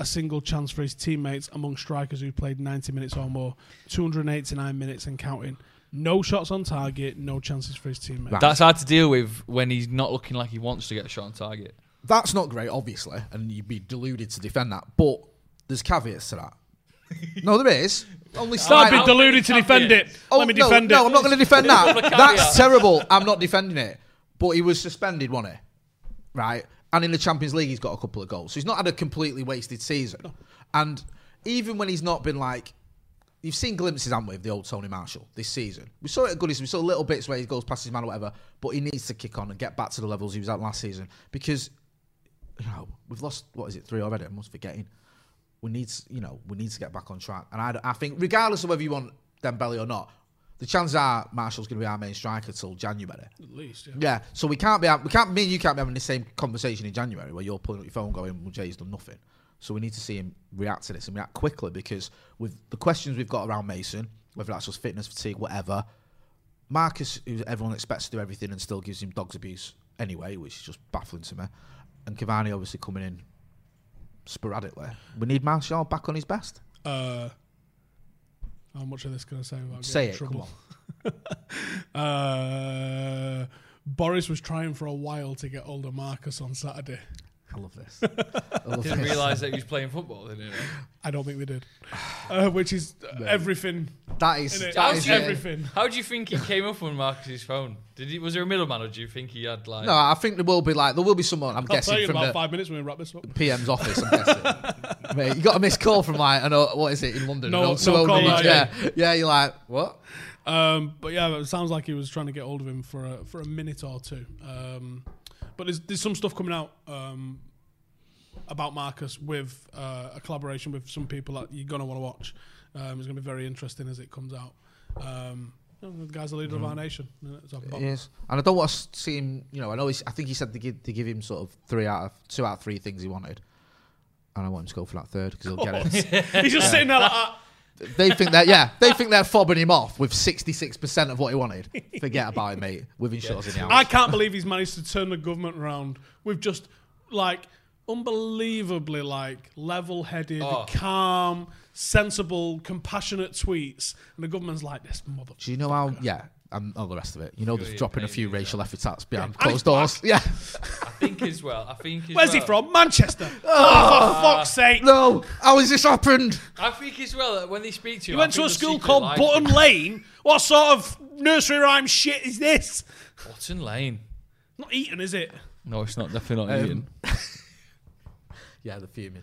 B: a single chance for his teammates among strikers who played 90 minutes or more, 289 minutes and counting. No shots on target, no chances for his teammates.
D: Right.
C: That's hard to deal with when he's not looking like he wants to get a shot on target.
D: That's not great, obviously, and you'd be deluded to defend that. But there's caveats
B: [laughs]
D: to that. no, there is. Only
B: Stop
D: slight-
B: being deluded to defend it.
D: Oh,
B: Let me
D: no,
B: defend
D: No,
B: it.
D: I'm not going to defend that. That's terrible. I'm not defending it. But he was suspended, wasn't he? Right. And in the Champions League, he's got a couple of goals. So he's not had a completely wasted season. And even when he's not been like, you've seen glimpses, haven't we, of the old Tony Marshall this season? We saw it at Goodison. We saw little bits where he goes past his man or whatever. But he needs to kick on and get back to the levels he was at last season because you know, we've lost what is it three already? I'm almost forgetting. We need, to- you know, we need to get back on track. And I, I think, regardless of whether you want Dembele or not, the chances are Marshall's going to be our main striker till January.
B: At least, yeah.
D: Yeah, so we can't be, ha- we can't, me and you can't be having the same conversation in January where you're pulling up your phone going, well, Jay's done nothing. So we need to see him react to this and react quickly because with the questions we've got around Mason, whether that's just fitness, fatigue, whatever, Marcus, who everyone expects to do everything and still gives him dogs abuse anyway, which is just baffling to me. And Cavani obviously coming in sporadically. We need Martial back on his best.
B: Uh, how much of this can I say without
D: Say
B: getting in
D: it,
B: trouble?
D: come on.
B: Uh, Boris was trying for a while to get older Marcus on Saturday.
D: I love
B: [laughs]
D: this. I love
C: Didn't
D: this.
C: realise that he was playing football. Didn't he?
B: I don't think they did, [sighs] uh, which is everything.
D: That is,
B: innit?
D: that
C: How's
D: is
B: That's
C: it?
B: everything.
C: How do you think he came up on Marcus's phone? Did he? Was there a middleman, or do you think he had like?
D: No, I think there will be like there will be someone. I'm
B: I'll tell
D: guessing
B: you in
D: from
B: about
D: the,
B: five minutes when we wrap this up.
D: PM's office. I'm guessing. Mate, you got a missed call from like, I know what is it in London?
B: No-
D: An old- some
B: no
D: old
B: call,
D: dude,
B: uh,
D: yeah, yeah. You're like, what?
B: Um, but yeah, it sounds like he was trying to get hold of him for a, for a minute or two. Um, but there's, there's some stuff coming out um, about Marcus with uh, a collaboration with some people that you're gonna want to watch. Um, it's gonna be very interesting as it comes out. Um, you know, the guy's the leader of our
D: Mm-hmm.
B: nation. It's our pop. [laughs]
D: Yes, and I don't want to see him. You know, I know. He's, I think he said to give, to give him sort of three out of two out of three things he wanted, and I want him to go for that third because he'll get it.
B: He's just sitting there like ah, that.
D: They think that, yeah, they think they're fobbing him off with sixty-six percent of what he wanted. Forget about it, mate. With insurance in the
B: I
D: house.
B: can't believe he's managed to turn the government around with just like unbelievably like level-headed,
C: Oh.
B: calm, sensible, compassionate tweets, and the government's like this mother.
D: Do you know how? Yeah, and all the rest of it. You know, they're
C: You're
D: dropping a
C: paid,
D: few
C: yeah.
D: racial epithets behind
B: and he's
D: closed doors. Yeah.
C: I think as well. I think. As
B: Where's
C: well.
B: he from? Manchester. [laughs] Oh, for fuck's sake.
D: No, how has this happened?
C: I think as well that when they speak to you,
B: He went to a school called Button Lane. What sort of nursery rhyme shit is this?
C: Button Lane.
B: Not Eton, is it?
C: No, it's not definitely not
D: Um,
C: Eton.
D: Yeah, the fuming.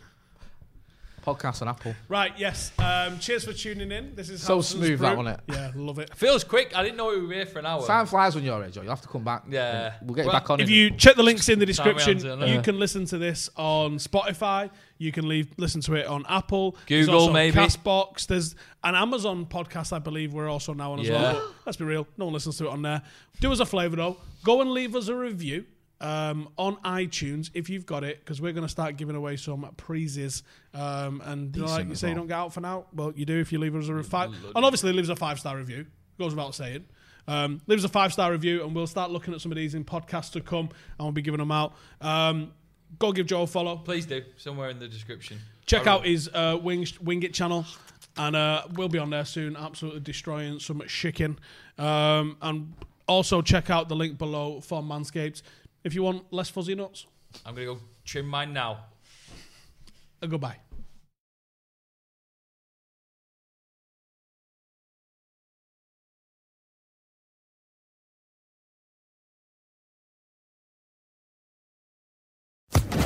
D: Podcast on Apple.
B: Right, yes. Um, cheers for tuning in. This is
D: So
B: Hampton's
D: smooth,
B: Brew.
D: that, wasn't it?
B: Yeah, love it.
C: Feels quick. I didn't know we were here for an hour.
D: Time flies when you're here, Joe. You'll have to come back.
C: Yeah.
D: We'll get
C: Well,
D: you back on.
B: If
D: in-
B: you check the links in the
C: Sorry,
B: description,
C: Anton,
B: you
C: uh,
B: can listen to this on Spotify. You can leave listen to it on Apple, There's
C: Google,
B: also
C: maybe.
B: Castbox. There's an Amazon podcast, I believe. We're also now on as
C: Yeah.
B: well. But let's be real, no one listens to it on there. Do us a favour though, go and leave us a review. Um, on iTunes, if you've got it, because we're going to start giving away some prizes. Um, and you know, like
D: Decent
B: you
D: as
B: say, you
D: well.
B: don't get out for now. Well, you do if you leave us a five. And obviously, leaves a five star review. Goes without saying. Um, leave us a five star review, and we'll start looking at some of these in podcasts to come, and we'll be giving them out. Um, go give Joe a follow.
C: Please do. Somewhere in the description.
B: Check
C: I
B: out his uh, Wing Wing It channel, and uh, we'll be on there soon. Absolutely destroying some chicken. Um, and also check out the link below for Manscaped if you want less fuzzy nuts.
C: I'm gonna go trim mine now.
B: a goodbye.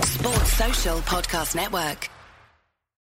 A: Sports Social Podcast Network.